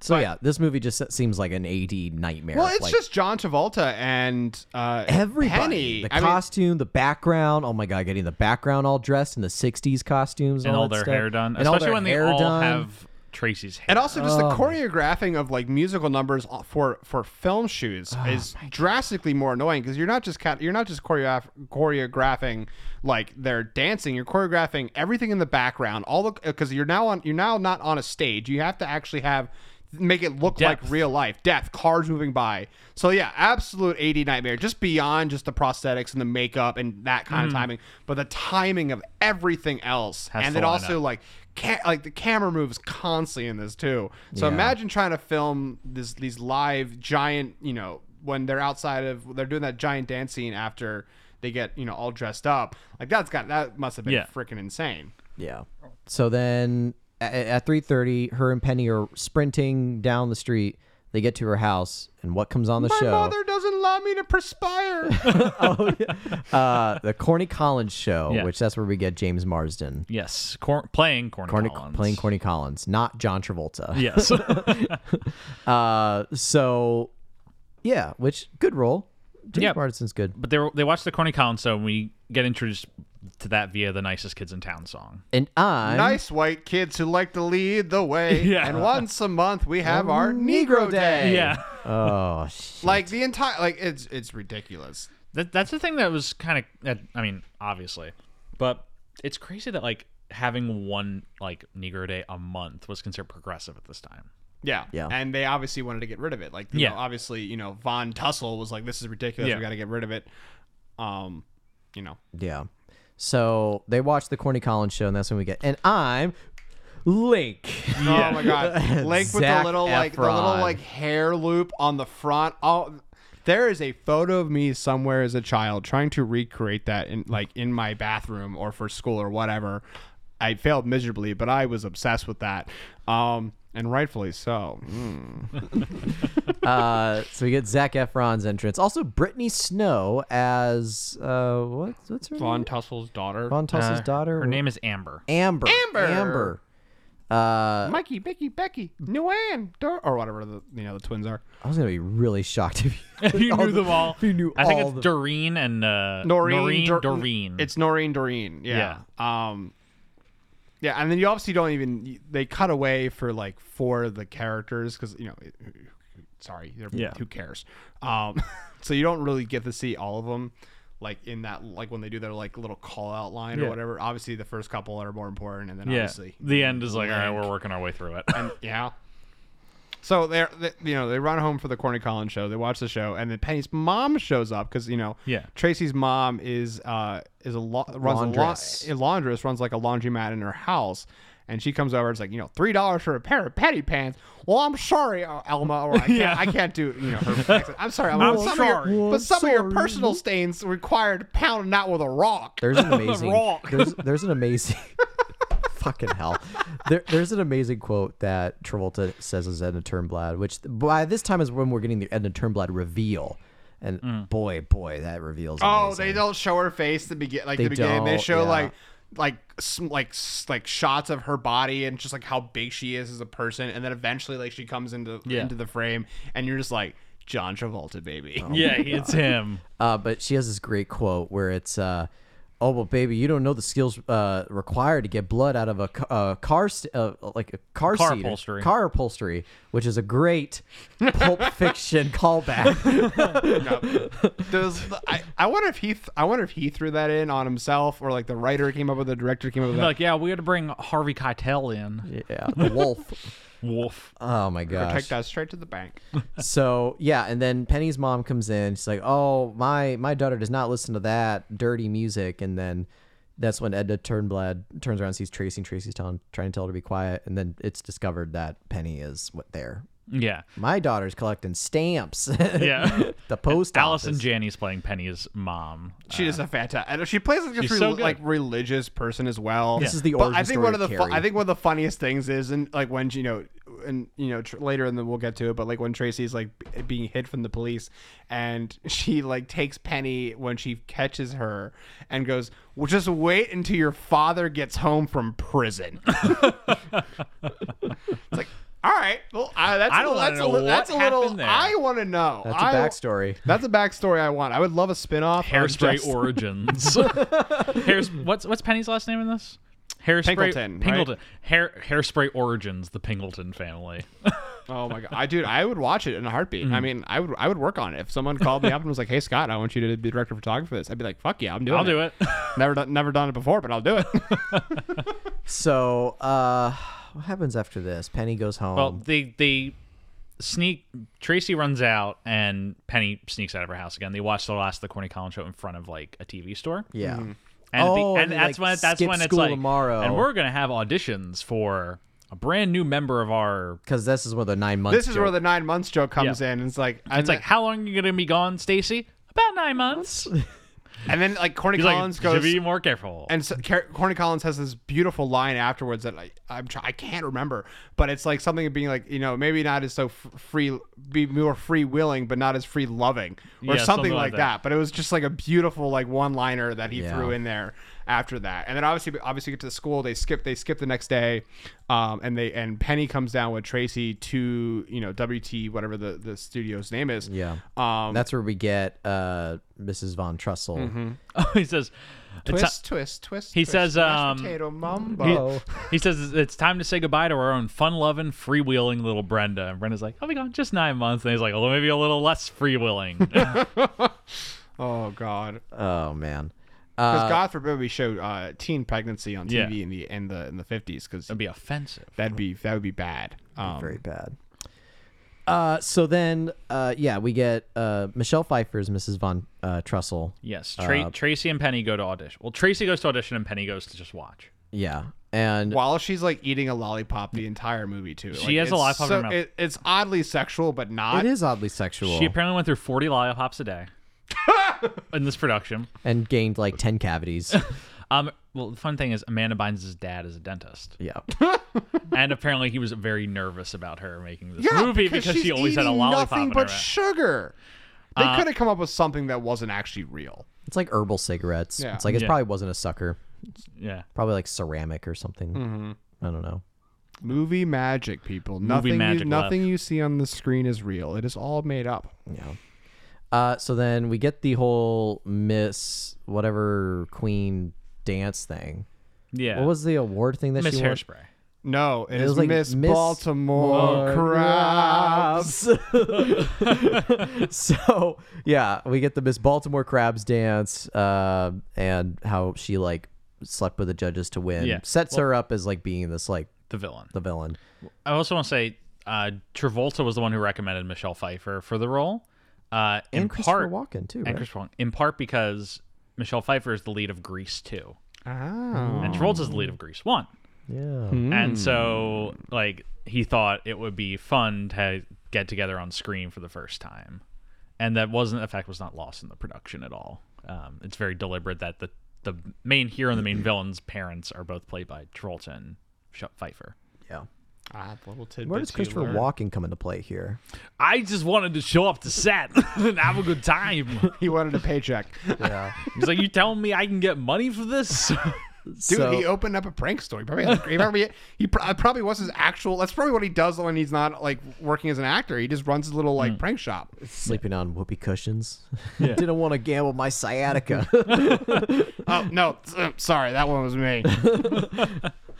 So yeah, this movie just se- seems like an AD nightmare. well, it's Like, just John Travolta and uh, everybody. Penny. The I mean, costume, the background. Oh my god, getting the background all dressed in the '60s costumes and all, all that their stuff. hair done, and all especially their when they hair all done. have Tracy's hair. And also just the choreographing of like musical numbers for for film shoots is drastically more annoying because you're not just cat- you're not just choreograph- choreographing like they're dancing. You're choreographing everything in the background. All the because you're now on you're now not on a stage. You have to actually have make it look like Depth. real life. Death, cars moving by. So yeah, absolute 80 nightmare. Just beyond just the prosthetics and the makeup and that kind of timing, but the timing of everything else. Has and to then line also up. like ca- like the camera moves constantly in this too. So Yeah. imagine trying to film this these live giant, you know, when they're outside of they're doing that giant dance scene after they get, you know, all dressed up. Like that's got that must have been Yeah. freaking insane. Yeah. So then a- a- at 3:30, her and Penny are sprinting down the street. They get to her house, and what comes on the My show? mother doesn't allow me to perspire. Uh, the Corny Collins show, Yeah. which that's where we get James Marsden. yes, cor- playing Corny, Corny, Collins. playing Corny Collins, not John Travolta. Yes. Uh, so, yeah, which good role. James Yeah. Marsden's good. but they were, they watched the Corny Collins show, and we get introduced to that via the nicest kids in town song. And I'm nice white kids who like to lead the way. Yeah. And once a month we have our Oh, Negro Day. Yeah. Oh shit. Like the entire like it's it's ridiculous. That, that's the thing that was kind of that I mean, obviously, but it's crazy that like having one like Negro Day a month was considered progressive at this time. Yeah. Yeah. And they obviously wanted to get rid of it. Like, you Yeah. know, obviously, you know, Von Tussle was like, this is ridiculous. Yeah. We got to get rid of it. Um, you know, Yeah. So they watch the Corny Collins show, and that's when we get. And I'm Link. oh my God. Link with the Zac little, like, the little, Efron. like, hair loop on the front. Oh, there is a photo of me somewhere as a child trying to recreate that in, like, in my bathroom or for school or whatever. I failed miserably, but I was obsessed with that. Um, and rightfully so. Mm. Uh, so we get Zach Efron's entrance. Also, Brittany Snow as uh, what, what's her Von name? Tussel's daughter, Von Tassel's Uh, daughter. Her name is Amber. Amber. Amber! Amber. Uh, Mikey, Mickey, Becky, New Ann, Dor- or whatever the you know the twins are. I was gonna be really shocked if you, If you knew them all. If you knew I think all it's the- Doreen and uh, Noreen, Noreen, Dor- Doreen. It's Noreen, Doreen. Yeah. Um, yeah, and then you obviously don't even. They cut away for like four of the characters because you know, it, sorry, they're- Yeah. who cares? Um, so you don't really get to see all of them, like in that like when they do their like little call out line Yeah. or whatever. Obviously, the first couple are more important, and then yeah. obviously, The end is like, all right, Link. we're working our way through it. yeah. So they're, they, you know, they run home for the Corny Collins show. They watch the show, and then Penny's mom shows up because you know, Yeah. Tracy's mom is uh is a lo- runs Laundress. a, la- a laundress runs like a laundromat in her house, and she comes over. It's like you know, three dollars for a pair of petty pants. Well, I'm sorry, El- Elma, or I can't, Yeah. I can't do you know. Her accent. I'm sorry, Elma. I'm but some Of sorry. your, Well, but some of your sorry. personal stains required pounding out with a rock. There's an amazing. rock. there's there's an amazing. fucking hell. There, there's an amazing quote that Travolta says is Edna Turnblad, which by this time is when we're getting the Edna Turnblad reveal, and boy, boy, that reveals. Oh, amazing. they don't show her face the begin like They the beginning. They don't, show yeah. like like sm- like s- like shots of her body and just like how big she is as a person, and then eventually like she comes into Yeah. into the frame, and you're just like John Travolta, baby. Oh. yeah, it's him. Uh, but she has this great quote where it's, uh, "Oh well, baby, you don't know the skills uh, required to get blood out of a, ca- uh car, st- uh, like a car, Car seat, upholstery. car upholstery," which is a great Pulp Fiction callback. Does I, I wonder if he th- I wonder if he threw that in on himself or like the writer came up with it, the director came up with Oh that. Like, yeah, we had to bring Harvey Keitel in. yeah, the wolf. Wolf. Oh my gosh. Take that straight to the bank. so yeah, and then Penny's mom comes in. She's like, "Oh, my my daughter does not listen to that dirty music." And then that's when Edna Turnblad turns around, and sees Tracy, and Tracy's telling, trying to tell her to be quiet. And then it's discovered that Penny is what there. Yeah. My daughter's collecting stamps. Yeah. the post Allison office. Janney's playing Penny's mom. She is a fantastic. She plays like this Uh, she's re- so good. like religious person as well. This is the But I origin think story one of of the fu- Carrie. I think one of the funniest things is and like when you know and you know tr- later in the we'll get to it, but like when Tracy's like b- being hid from the police and she like takes Penny when she catches her and goes, "Well, just wait until your father gets home from prison." it's like. All right. Well, I, that's I a, don't wanna that's a, know li- what that's a little. happened there. I want to know. That's a I- backstory. That's a backstory I want. I would love a spinoff. on Hairspray just- Origins. Hairs, what's what's Penny's last name in this? Hairspray Pinkleton, right? Pingleton. Hair Hairspray Origins, the Pingleton family. Oh my god, I dude, I would watch it in a heartbeat. Hmm. I mean, I would, I would work on it. If someone called me up and was like, "Hey Scott, I want you to be director of photography for this," I'd be like, "Fuck yeah, I'm doing I'll it." do it. Never done, never done it before, but I'll do it. So, uh, what happens after this? Penny goes home. Well, they they sneak. Tracy runs out, and Penny sneaks out of her house again. They watch the last of the Corny Collins show in front of like a TV store. yeah. hmm. And, at the- Oh, and and they, that's like, when that's skip when it's school like tomorrow. and we're gonna have auditions for a brand new member of our. Because this is where the nine months. this is where the nine months joke comes in. It's like, and It's like, how long are you gonna be gone, Stacy? About nine months. and then like Corny He's Collins like, goes, "Should be more careful. and so, Car- Corny Collins has this beautiful line afterwards that I, I'm try- I can't remember, but it's like something of being like, you know, maybe not as so f- free, be more free willing, but not as free loving, or Yeah, something, like that. But it was just like a beautiful like one liner that he Yeah. threw in there after that. And then obviously, obviously, get to the school. They skip, they skip the next day, um, and they and Penny comes down with Tracy to you know WT whatever the the studio's name is. Yeah. Um, that's where we get uh, Mrs. Von Trussell. Mm-hmm. Oh, he says, it's twist, twist, twist. he twist, says, mashed um, potato mumbo. ti- Oh. he says it's time to say goodbye to our own fun-loving, free-wheeling little Brenda. And Brenda's like, "I'll be gone just nine months." And he's like, "Well, maybe a little less free-wheeling." oh God. Oh man. Because Uh, God forbid we showed uh, teen pregnancy on TV Yeah. in the in the in the fifties, because That'd be offensive. that'd be that would be bad. Um, very bad. Uh, so then, uh, yeah, we get uh, Michelle Pfeiffer as Mrs. Von uh, Trussell. Yes, Tra- Uh, Tracy and Penny go to audition. Well, Tracy goes to audition and Penny goes to just watch. Yeah, and while she's like eating a lollipop the entire movie too. Like, has a it's lollipop in her so- mouth. It, it's oddly sexual, but not. it is oddly sexual She apparently went through 40 lollipops a day in this production. and gained like ten cavities. Um, well, the fun thing is Amanda Bynes' dad is a dentist, Yeah. and apparently he was very nervous about her making this Yeah, movie because she's she always had a eating lollipop nothing in but her mouth. Uh, sugar. They could have come up with something that wasn't actually real. It's like herbal cigarettes. Yeah. It's like it Yeah. probably wasn't a sucker. yeah, Probably like ceramic or something. Mm-hmm. I don't know. Movie magic, people. Nothing, magic, you, love. nothing you see on the screen is real. It is all made up. Yeah. Uh, so then we get the whole Miss whatever Queen dance thing. yeah. What was the award thing that Miss she won? Hairspray? No, it was is like Miss, Miss Baltimore Baltimore Crabs. Crabs. so yeah, we get the Miss Baltimore Crabs dance, uh, and how she like slept with the judges to win. Yeah. Sets her up as like being this like The villain. the villain. I also want to say uh, Travolta was the one who recommended Michelle Pfeiffer for the role. Uh, in And Christopher part, Walken too. and Right? Christopher Walken. in part because Michelle Pfeiffer is the lead of Grease two, Ah. and Travolta's the lead of Grease one. Yeah. And so, like, he thought it would be fun to get together on screen for the first time, and that wasn't effect was not lost in the production at all. Um, it's very deliberate that the the main hero and the main villain's parents are both played by Travolta and Sh- Pfeiffer. Yeah. Ah, the little tidbits Where does you Christopher learn. Walken come into play here? I just wanted to show up to set and have a good time. He wanted a paycheck. Yeah. He's like, "You telling me I can get money for this?" Dude, he opened up a prank store. He probably, had, he probably, he pro- probably was his actual. That's probably what he does when he's not like working as an actor. He just runs his little Hmm. like prank shop. sleeping on whoopee cushions. Didn't want to gamble my sciatica. Oh no, s- sorry, that one was me.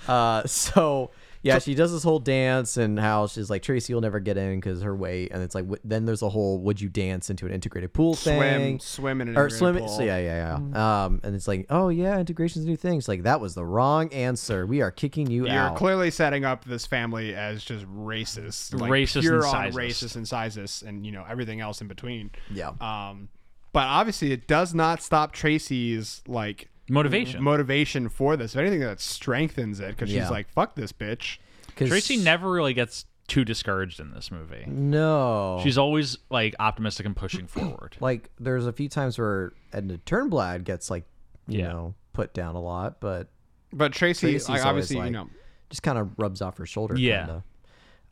uh, so yeah, she does this whole dance and how she's like Tracy will never get in because her weight, and it's like w- then there's a whole would you dance into an integrated pool swim, thing. swim in an Or integrated swim, pool. so yeah, yeah, yeah. Um, and it's like, oh yeah, integration's a new thing. It's like that was the wrong answer. We are kicking you You're out. clearly setting up this family as just racist, like Racist pure and on sizist. racist and sizist, and you know everything else in between. yeah, Um, but obviously, it does not stop Tracy's like Motivation. motivation for this. If anything, that strengthens it because Yeah. she's like, "Fuck this bitch." 'Cause Tracy never really gets too discouraged in this movie. No, She's always like optimistic and pushing forward. like there's a few times where Edna Turnblad gets like, you Yeah. know, put down a lot, but But Tracy, Tracy's like, always obviously, like- you know, just kind of rubs off her shoulder. Yeah. Kinda.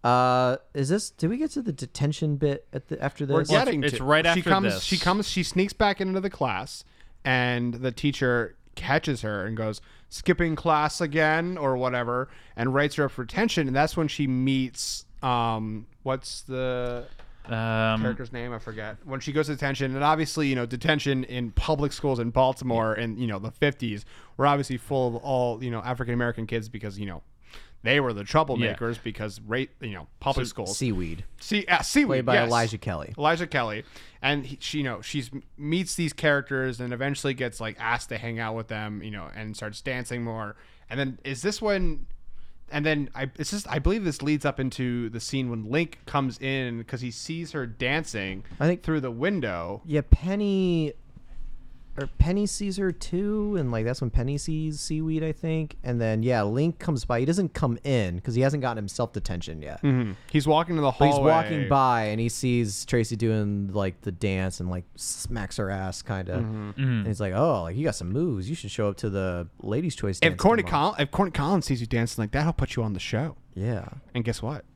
Uh, is this? Did we get to the detention bit at the after we're this? getting it's to- right she after comes, this. She comes. She sneaks back into the class, and the teacher catches her and goes skipping class again or whatever, and writes her up for detention. And that's when she meets um, what's the Um, character's name? I forget. When she goes to detention, and obviously, you know, detention in public schools in Baltimore in you know the fifties were obviously full of all you know African American kids because you know they were the troublemakers because rate you know public schools. Seaweed, See, uh, seaweed played by yes. Elijah Kelly. Elijah Kelly, and he, she, you know, she's meets these characters and eventually gets like asked to hang out with them, you know, and starts dancing more. And then is this when? And then I, it's just I believe this leads up into the scene when Link comes in because he sees her dancing. I think- through the window. Yeah, Penny, or Penny sees her too, and like that's when Penny sees Seaweed, I think. And then yeah, Link comes by. He doesn't come in because he hasn't gotten himself detention yet. He's walking to the But hallway. he's walking by and he sees Tracy doing like the dance and like smacks her ass kind of. Mm-hmm. And he's like, "Oh, like you got some moves. You should show up to the ladies' choice." If dance Courtney, tomorrow." Collins, if Courtney Collins sees you dancing like that, he'll put you on the show. yeah, And guess what?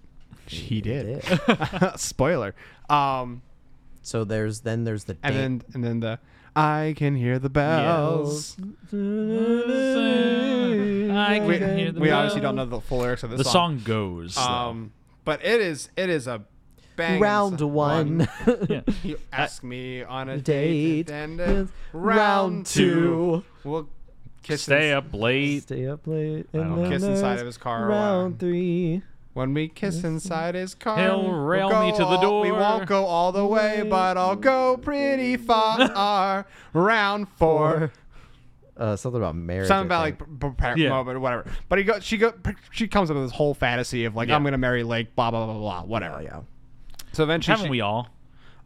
He did. yeah. Spoiler. Um, So there's then there's the and dan- then and then the I can hear the bells. I can We, hear the we bell. obviously don't know the full lyrics of this The song goes. Um, but it is it is a bang round one. yeah. You ask me on a date, Date and is then round two. We'll kiss. Stay ins- up late. Stay up late and don't know. then Kiss inside there's of his car or Round whatever. three. When we kiss inside his car, He'll we'll rail go me to the all- We door. won't go all the way, but I'll go pretty far. round four. Uh, something about marriage. Something I about think. like p- prepare Yeah. moment or whatever. But he goes, she go, she comes up with this whole fantasy of like, Yeah. I'm gonna marry Lake, blah blah blah blah, blah whatever. Oh, yeah. So eventually, Haven't she- we all?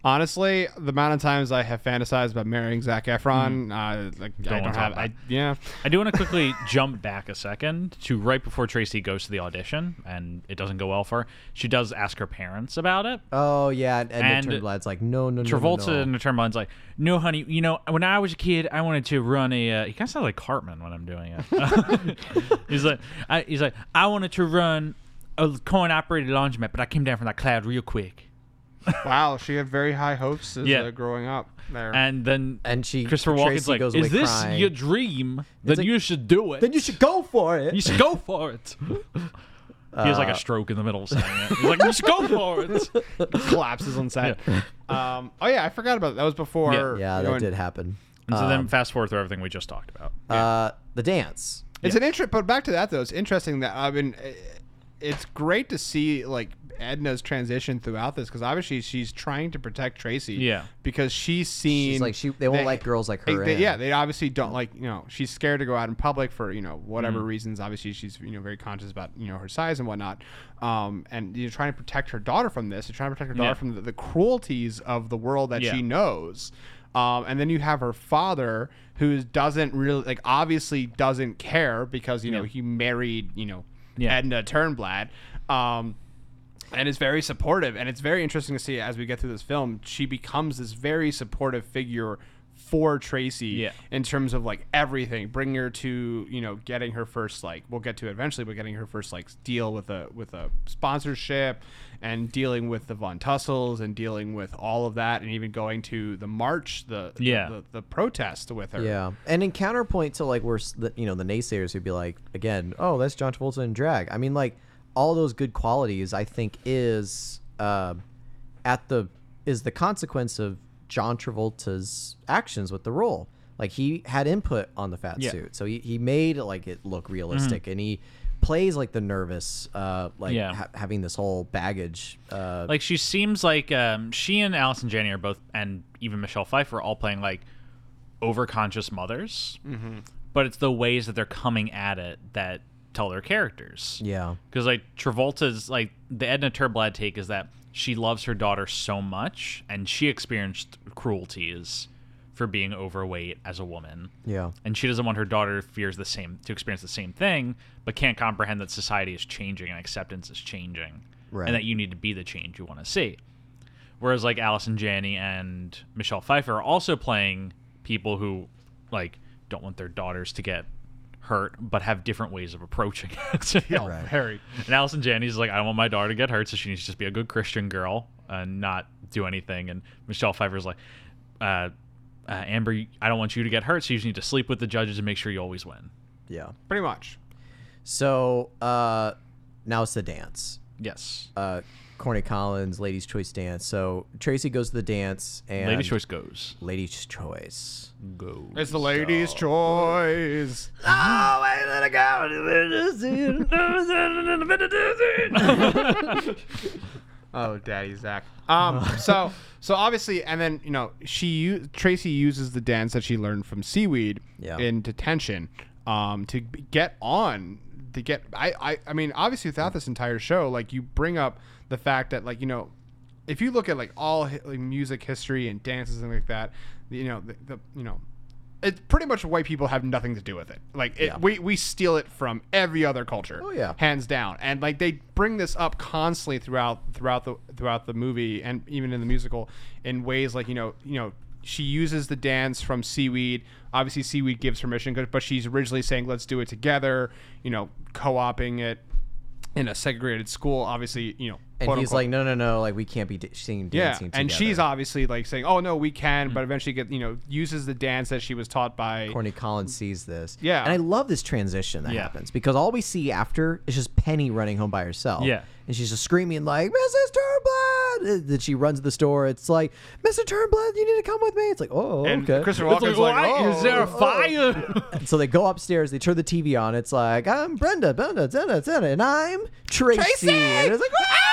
Honestly, the amount of times I have fantasized about marrying Zach Efron, uh, like I wanna don't Hmm. talk have. about I, it. yeah, I do want to quickly jump back a second to right before Tracy goes to the audition, and it doesn't go well for her. She does ask her parents about it. Oh yeah, and, and, And the turned lad's like, no, no, no, no, Travolta no. in the turn like, no, honey, you know, when I was a kid, I wanted to run a. Uh, he kind of sounds like Cartman when I'm doing it. he's like, I, he's like, I wanted to run a coin-operated laundromat, but I came down from that cloud real quick. wow, she had very high hopes as, Yeah. uh, growing up there. And then And she- Christopher Walken's Tracy like, goes is away this crying." your dream? Then like- you should do it. Then you should go for it. You should go for it. he has like a stroke in the middle of saying it. He's like, you should go for it. collapses on set. Um, oh yeah, I forgot about that. That was before. Yeah. yeah, that going- did happen. Um, And so then fast forward through everything we just talked about. Uh, the dance. It's an interest, but back to that though. It's interesting that I mean, eh, it's great to see like Edna's transition throughout this because obviously she's trying to protect Tracy. Yeah. because she's seen She's like, she- they won't let girls like her they- in. yeah, they obviously don't like you know. She's scared to go out in public for you know whatever Mm-hmm. reasons. Obviously, she's you know very conscious about you know her size and whatnot. Um, and you know trying to protect her daughter from this. You're trying to protect her daughter Yeah. from the, the cruelties of the world that Yeah. she knows. Um, and then you have her father who doesn't really like obviously doesn't care because you know Yeah. he married you know Yeah. Edna Turnblad. Um, and is very supportive. And it's very interesting to see as we get through this film, she becomes this very supportive figure for Tracy Yeah. in terms of like everything, bringing her to you know getting her first like we'll get to it eventually, but getting her first like deal with a with a sponsorship and dealing with the Von Tussles and dealing with all of that, and even going to the march, the Yeah. the, the protest with her. Yeah, and in counterpoint to like where s- the, you know the naysayers who'd be like, again, oh, that's John Travolta in drag. I mean, like all those good qualities, I think is uh, at the is the consequence of John Travolta's actions with the role. Like he had input on the fat Yeah. Mm-hmm. suit, so he, he made like it look realistic, and he plays like the nervous, uh, like Yeah. ha- having this whole baggage. Uh, Like she seems like um, she and Allison Janney are both, and even Michelle Pfeiffer are all playing like overconscious mothers. Mm-hmm. But it's the ways that they're coming at it that tell their characters. yeah, Because like Travolta's like the Edna Turblad take is that she loves her daughter so much, and she experienced cruelties for being overweight as a woman, yeah. and she doesn't want her daughter fears the same to experience the same thing, but can't comprehend that society is changing and acceptance is changing, Right. and that you need to be the change you want to see. Whereas like Allison Janney and Michelle Pfeiffer are also playing people who like don't want their daughters to get hurt, but have different ways of approaching it. Right. Harry. And Allison Janney's like, I don't want my daughter to get hurt, so she needs to just be a good Christian girl and not do anything. And Michelle Pfeiffer's like, uh, uh, Amber, I don't want you to get hurt, so you just need to sleep with the judges and make sure you always win. yeah. Pretty much. So uh, now it's the dance. Yes. uh, Corny Collins, Ladies' Choice dance. So Tracy goes to the dance and Lady Choice goes. Ladies' Choice. Goes. It's the ladies' choice. Oh, wait, let it I Oh, Daddy Zach. Um, so so obviously, and then you know she u- Tracy uses the dance that she learned from Seaweed Yeah. in detention um, to b- get on to get. I, I I mean, obviously, without this entire show, like you bring up the fact that like you know, if you look at like all hi- like, music history and dances and like that, you know the, the you know. It's pretty much white people have nothing to do with it. Like it, Yeah. we, we steal it from every other culture Oh, yeah. hands down. And like they bring this up constantly throughout throughout the throughout the movie and even in the musical in ways like you know you know she uses the dance from seaweed. Obviously, seaweed gives permission, but she's originally saying let's do it together. You know, co-opting it in a segregated school. Obviously, you know. And quote, he's unquote, like, no, no, no, like we can't be d- singing dancing together. and Mm. she's obviously like saying, "Oh no, we can," but eventually get you know uses the dance that she was taught by Corny Collins sees this. Yeah. And I love this transition that Yeah. happens because all we see after is just Penny running home by herself. Yeah. And she's just screaming like, Mrs. Turnblad! And Then she runs to the store. It's like, Mr. Turnblad, you need to come with me. It's like, oh, and okay. Christopher Walken's like, oh, Is there a fire? So they go upstairs, they turn the TV on. It's like, I'm Brenda, Brenda, Brenda, Brenda, and I'm Tracy. And it's like, "Ah!"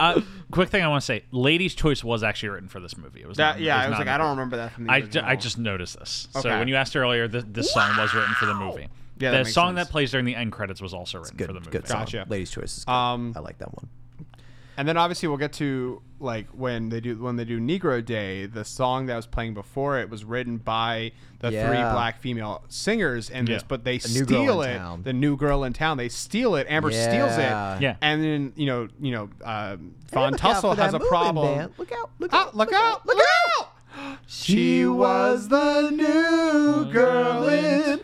uh, quick thing I want to say Ladies' Choice was actually written for this movie. It was That, not- yeah, I was not like, an I don't remember that from the I, ju- original. I just noticed this. So Okay. when you asked earlier, th- this song was written for the movie. Yeah, that the makes song sense. that plays during the end credits was also written for the good, movie. good song. Gotcha. Ladies' Choice is good. Um, I like that one. And then obviously we'll get to like when they do when they do Negro Day, the song that was playing before it was written by the three Yeah. black female singers in this, Yeah. but they New Girl steal in it. Town. The new girl in town, they steal it. Amber steals Yeah. it. Yeah. And then you know you know um Hey, Von look out Tussle for has that a moving problem. van. Look out! Look Ah, out! look out! Look out! She was the new girl in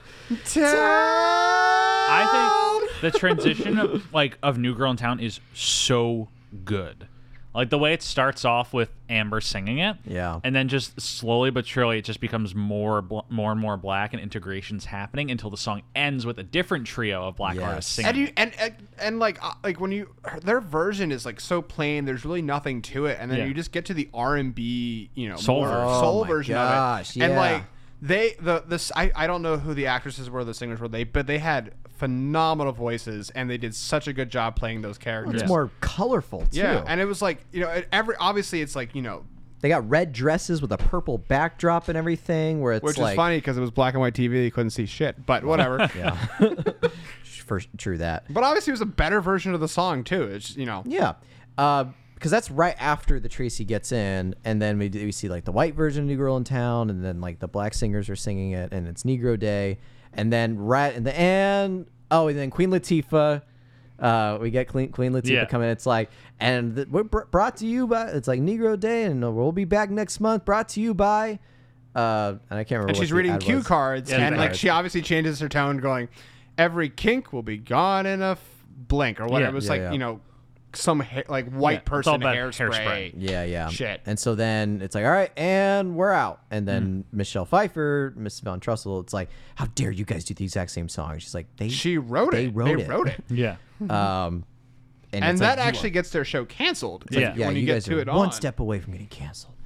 town. I think the transition of like of New Girl in Town is so good. Like the way it starts off with Amber singing it, Yeah. and then just slowly but surely it just becomes more, bl- more and more black, and integration's happening until the song ends with a different trio of black Yes. artists and singing. you and and, and like uh, like when you their version is like so plain there's really nothing to it and then Yeah. you just get to the r&b you know Soul more version. Oh soul my version gosh, of it and yeah. like they the this I, I don't know who the actresses were the singers were they but they had phenomenal voices and they did such a good job playing those characters It's more colorful too. yeah and it was like you know it- every obviously it's like you know they got red dresses with a purple backdrop and everything, where it's which like is funny because it was black and white tv you couldn't see shit but whatever Yeah. For true that. but obviously it was a better version of the song too it's you know Yeah. Uh, because that's right after the Tracy gets in, and then we, do- we see like the white version of New Girl in Town, and then like the black singers are singing it, and it's Negro Day, and then right in the end, oh, and then Queen Latifah. Uh, we get Queen, Queen Latifah Yeah. coming. It's like, and th- we're br- brought to you by. It's like Negro Day, and we'll be back next month. Brought to you by. Uh, and I can't remember. and what she's the reading ad cue was. cards, Yeah, and cue like cards. she obviously changes her tone, going, "Every kink will be gone in a f- blink," or whatever. Yeah. it was Yeah, like yeah. you know, some ha- like white Yeah, it's all person about hairspray. hairspray. Yeah, yeah. Shit. And so then it's like, all right, and we're out. And then Hmm. Michelle Pfeiffer, Miss Von Trussell, it's like, how dare you guys do the exact same song? She's like, they She wrote They it. wrote they it. wrote it, yeah, um, and, and it's like, that you actually gets their show canceled. It's Yeah. are- like yeah, when you, you, get guys to are it one on. step away from getting canceled.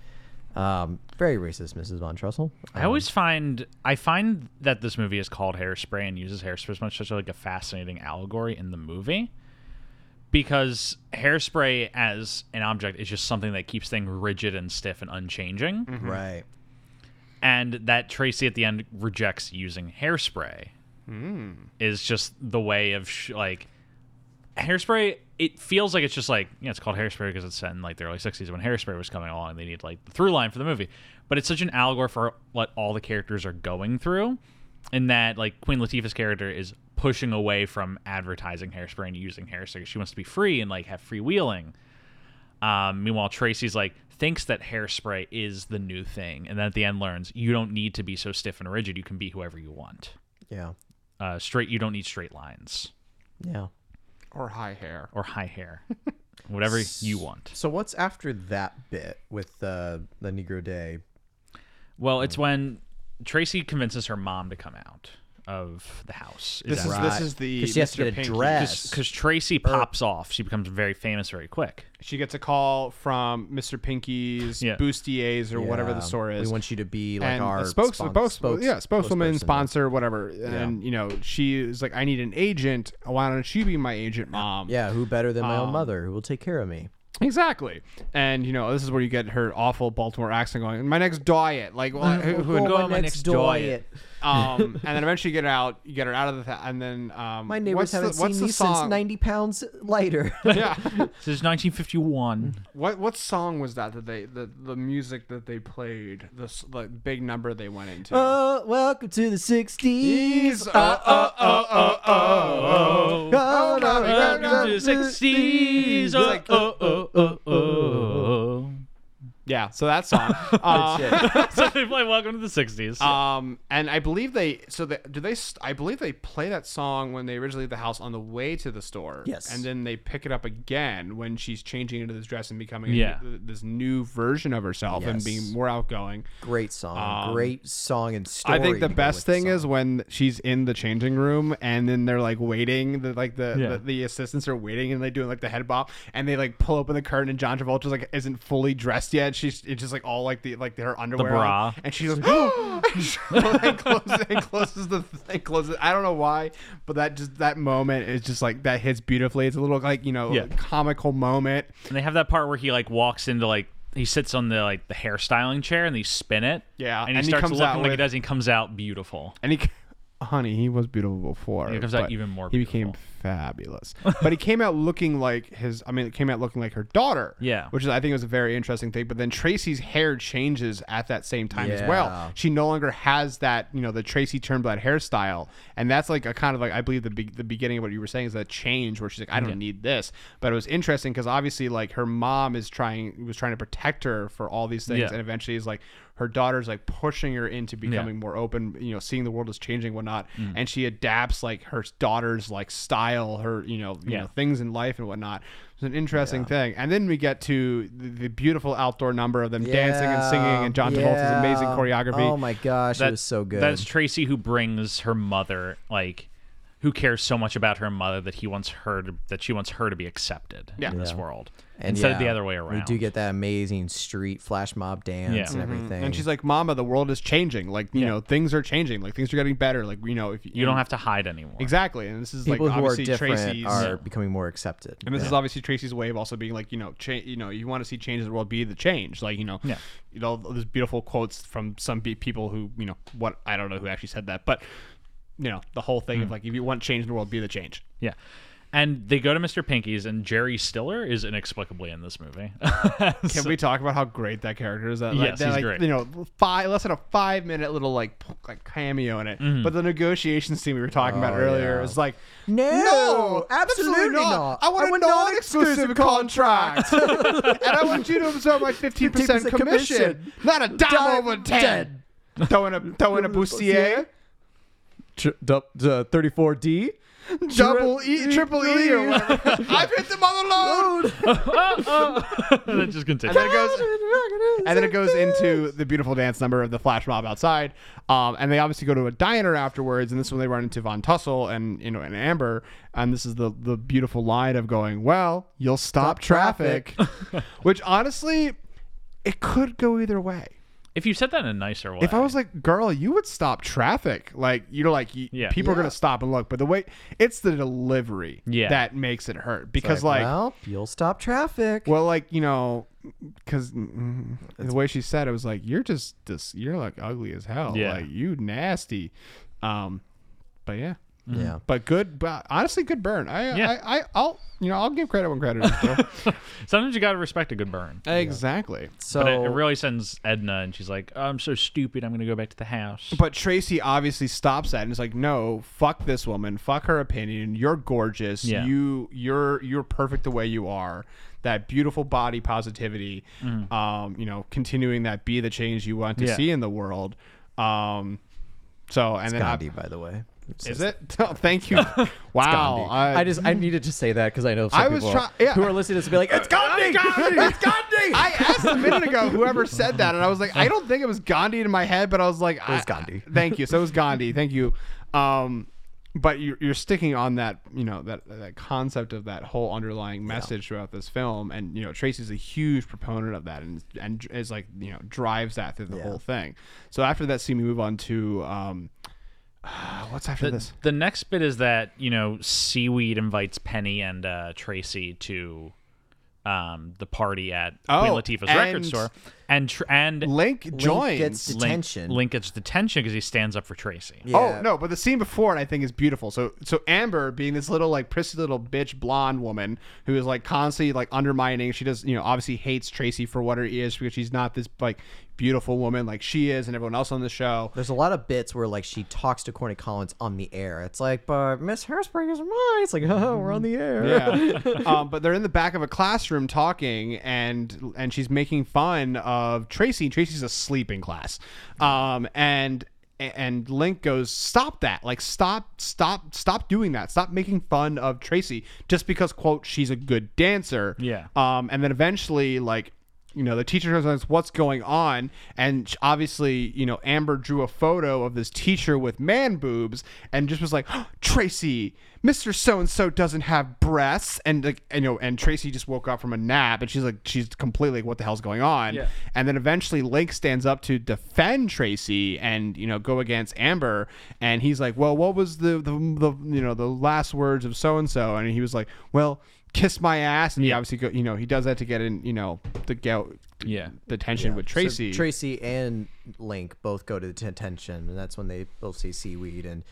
Um, very racist, Mrs. Von Trussell. I always find I find that this movie is called Hairspray and uses hairspray as much as like a fascinating allegory in the movie because hairspray as an object is just something that keeps things rigid and stiff and unchanging Right. and that Tracy at the end rejects using hairspray is just the way of sh- like hairspray. It feels like it's just like yeah, it's called hairspray because it's set in like the early '60s when hairspray was coming along. They need like the through line for the movie, but it's such an allegory for what all the characters are going through, in that like Queen Latifah's character is pushing away from advertising hairspray and using hairspray. She wants to be free and like have freewheeling. Um, meanwhile, Tracy's like thinks that hairspray is the new thing, and then at the end learns you don't need to be so stiff and rigid. You can be whoever you want. Yeah. Uh, straight. You don't need straight lines Yeah. or high hair. or high hair. Whatever you want. So what's after that bit with uh, the Negro Day? Well, it's when Tracy convinces her mom to come out of the house. This is that- this Right. is the Er. 'Cause she has to Mr. get a Pinky. dress. Cause, cause Tracy pops off. She becomes very famous very quick. She gets a call from Mr. Pinky's Yeah. bustiers or whatever the Yeah. store is. We want you to be like and our a spokes, spons- spokes- spokes- yeah, spokeswoman, spokesperson. sponsor, whatever. And you know, she is like, I need an agent. Why don't you be my agent, mom? Yeah, who better than my own mother who will take care of me? exactly. And you know, this is where you get her awful Baltimore accent going. My next diet, like, well, who, who would go go? on my next diet. Um, and then eventually you get her out, you get her out of the, th- and then um, My neighbors what's the, haven't what's seen the me song? since 90 pounds lighter. Yeah. This is 1951. what what song was that that they the the music that they played the s- the big number they went into. oh, welcome to the 60s. Ease, uh, uh, uh, uh, uh, uh. Oh, no, no, no, no. Welcome to the 60s. uh, It's Oh, like- uh, oh, oh, oh, oh. Yeah, so that song. Uh, so they play Welcome to the 60s. Um, and I believe they so they, do they. St- I believe they play that song when they originally leave the house on the way to the store. Yes. and then they pick it up again when she's changing into this dress and becoming a Yeah. new- this new version of herself and Yes. being more outgoing. Great song. great song and story. um, I think the to go best with the thing song. is when she's in the changing room and then they're like waiting, the, like the, Yeah. the the assistants are waiting and they doing like the head bop and they like pull open the curtain and John Travolta's like isn't fully dressed yet. She's it's just like all like the like her underwear on. bra. and she's like "Oh!" and she- and closes, and closes the thing closes. I don't know why, but that just that moment is just like that hits beautifully. It's a little like you know Yeah. comical moment. and they have that part where he like walks into like he sits on the like the hairstyling chair and they spin it. Yeah, and he and he starts comes out looking like he with- does. And he comes out beautiful. And he honey, he was beautiful before. Yeah, it comes out but even more He became beautiful. fabulous, but he came out looking like his. I mean, it came out looking like her daughter. Yeah. which is I think was a very interesting thing. But then Tracy's hair changes at that same time as Yeah. well. She no longer has that you know the Tracy Turnblad hairstyle, and that's like a kind of like I believe the be- the beginning of what you were saying is that change where she's like I don't need this. But it was interesting because obviously like her mom is trying was trying to protect her for all these things, Yeah. and eventually is like her daughter's like pushing her into becoming more open you know seeing the world is changing and whatnot Mm. and she adapts like her daughter's like style her you know you Yeah. know things in life and whatnot it's an interesting thing and then we get to the, the beautiful outdoor number of them dancing and singing and john travolta's amazing Yeah. choreography Oh my gosh, it was so good. That's Tracy who brings her mother, like, who cares so much about her mother that he wants her to, that she wants her to be accepted Yeah. in this world And instead of yeah, the other way around. We do get that amazing street flash mob dance Yeah. and everything. Mm-hmm. and she's like mama the world is changing like you Mm. Yeah. know things are changing like things are getting better like you know if you don't have to hide anymore. exactly and this is people like who are obviously different tracy's are becoming more accepted. And this is obviously Tracy's way of also being like, you know, cha- you know, you want to see change in the world, be the change. Like, you know, Yeah. you know, there's beautiful quotes from some be- people who, you know, what I don't know who actually said that, but you know, the whole Hmm. thing of like, if you want change in the world, be the change. Yeah. And they go to Mr. Pinky's, and Jerry Stiller is inexplicably in this movie. Can we talk about how great that character is? That, like, Yes, that, he's like, great. You know, five less than a five minute little like p- like cameo in it, Mm-hmm. but the negotiation scene we were talking Oh, about earlier yeah. was like, No, absolutely absolutely not. not. I want I a want non-exclusive non-exclusive contract, and I want you to absorb my fifteen 15% percent commission, commission. not a dime, Dime over ten. E Throwing a throwing a bustier, uh, Thirty-four D. double E, triple E, or whatever. I've hit the mother load. and it just continues. And then it goes. and then it goes into the beautiful dance number of the flash mob outside. Um, and they obviously go to a diner afterwards, and this is when they run into Von Tussle and you know and Amber. And this is the the beautiful line of going, "Well, you'll Stop stop, traffic,", traffic. which honestly, it could go either way. if you said that in a nicer way, If I was like, "Girl, you would stop traffic," like you're like, y- Yeah. people are Yeah. gonna stop and look, but the way it's the delivery Yeah. that makes it hurt because like. well, you'll stop traffic. Well, like you know, because mm, the way she said it was like you're just this, you're like ugly as hell, Yeah. like you nasty. Um, but yeah, yeah. but good, but honestly, good burn. I, Yeah. I, I, I'll you know I'll give credit when credit is due. sometimes you gotta respect a good burn. exactly. So But it, it really sends Edna, and she's like, "I'm so stupid. I'm gonna go back to the house." But Tracy obviously stops that and is like, "No, fuck this woman. Fuck her opinion. You're gorgeous. Yeah. You you're you're perfect the way you are. That beautiful body positivity. Um, you know, continuing that be the change you want to Mm-hmm. Yeah. see in the world. Um, so and then Gandhi, by the way. is it? Oh, thank you. wow. Gandhi. I, just I needed to say that because I know some I was people try- yeah. who are listening to this will be like, it's Gandhi, Gandhi! it's Gandhi. I asked a minute ago whoever said that, and I was like, I don't think it was Gandhi in my head, but I was like, it was Gandhi. thank you. So it was Gandhi. Thank you. Um, but you're, you're sticking on that, you know, that that concept of that whole underlying message throughout this film, and you know, Tracy's a huge proponent of that, and and is like, you know, drives that through the Yeah. whole thing. So after that scene, we move on to um, what's after this? the next bit is that you know seaweed invites Penny and uh, Tracy to um, the party at Queen Oh, Latifah's and- record store, and tr- and Link, joins. gets to- Link, Detention. Link gets detention because he stands up for Tracy. Oh no, but the scene before it I think is beautiful. So so Amber being this little like prissy little bitch blonde woman who is like constantly like undermining. She does you know obviously hates Tracy for what her is because she's not this like beautiful woman like she is and everyone else on the show. There's a lot of bits where like she talks to Corny Collins on the air. It's like, but Miss Hairspray is mine. It's like, oh, we're on the air. Yeah, um, but they're in the back of a classroom talking, and and she's making fun of Tracy. Tracy's asleep in class, um, and and Link goes, "Stop that! Like, stop, stop, stop doing that! Stop making fun of Tracy just because quote she's a good dancer." Yeah. Um, and then eventually, like, you know, the teacher comes on, what's going on? And sh- obviously, you know, Amber drew a photo of this teacher with man boobs and just was like, Tracy, Mr. So and so doesn't have breasts. And, like, you know, and Tracy just woke up from a nap and she's like, she's completely like, what the hell's going on? Yeah. And then eventually Link stands up to defend Tracy and, you know, go against Amber. And he's like, well, what was the, the, the you know, the last words of so and so? And he was like, well, kiss my ass, and he obviously go, you know he does that to get in you know the go, Yeah. the tension with So Tracy. Tracy and Link both go to detention, and that's when they both see seaweed. And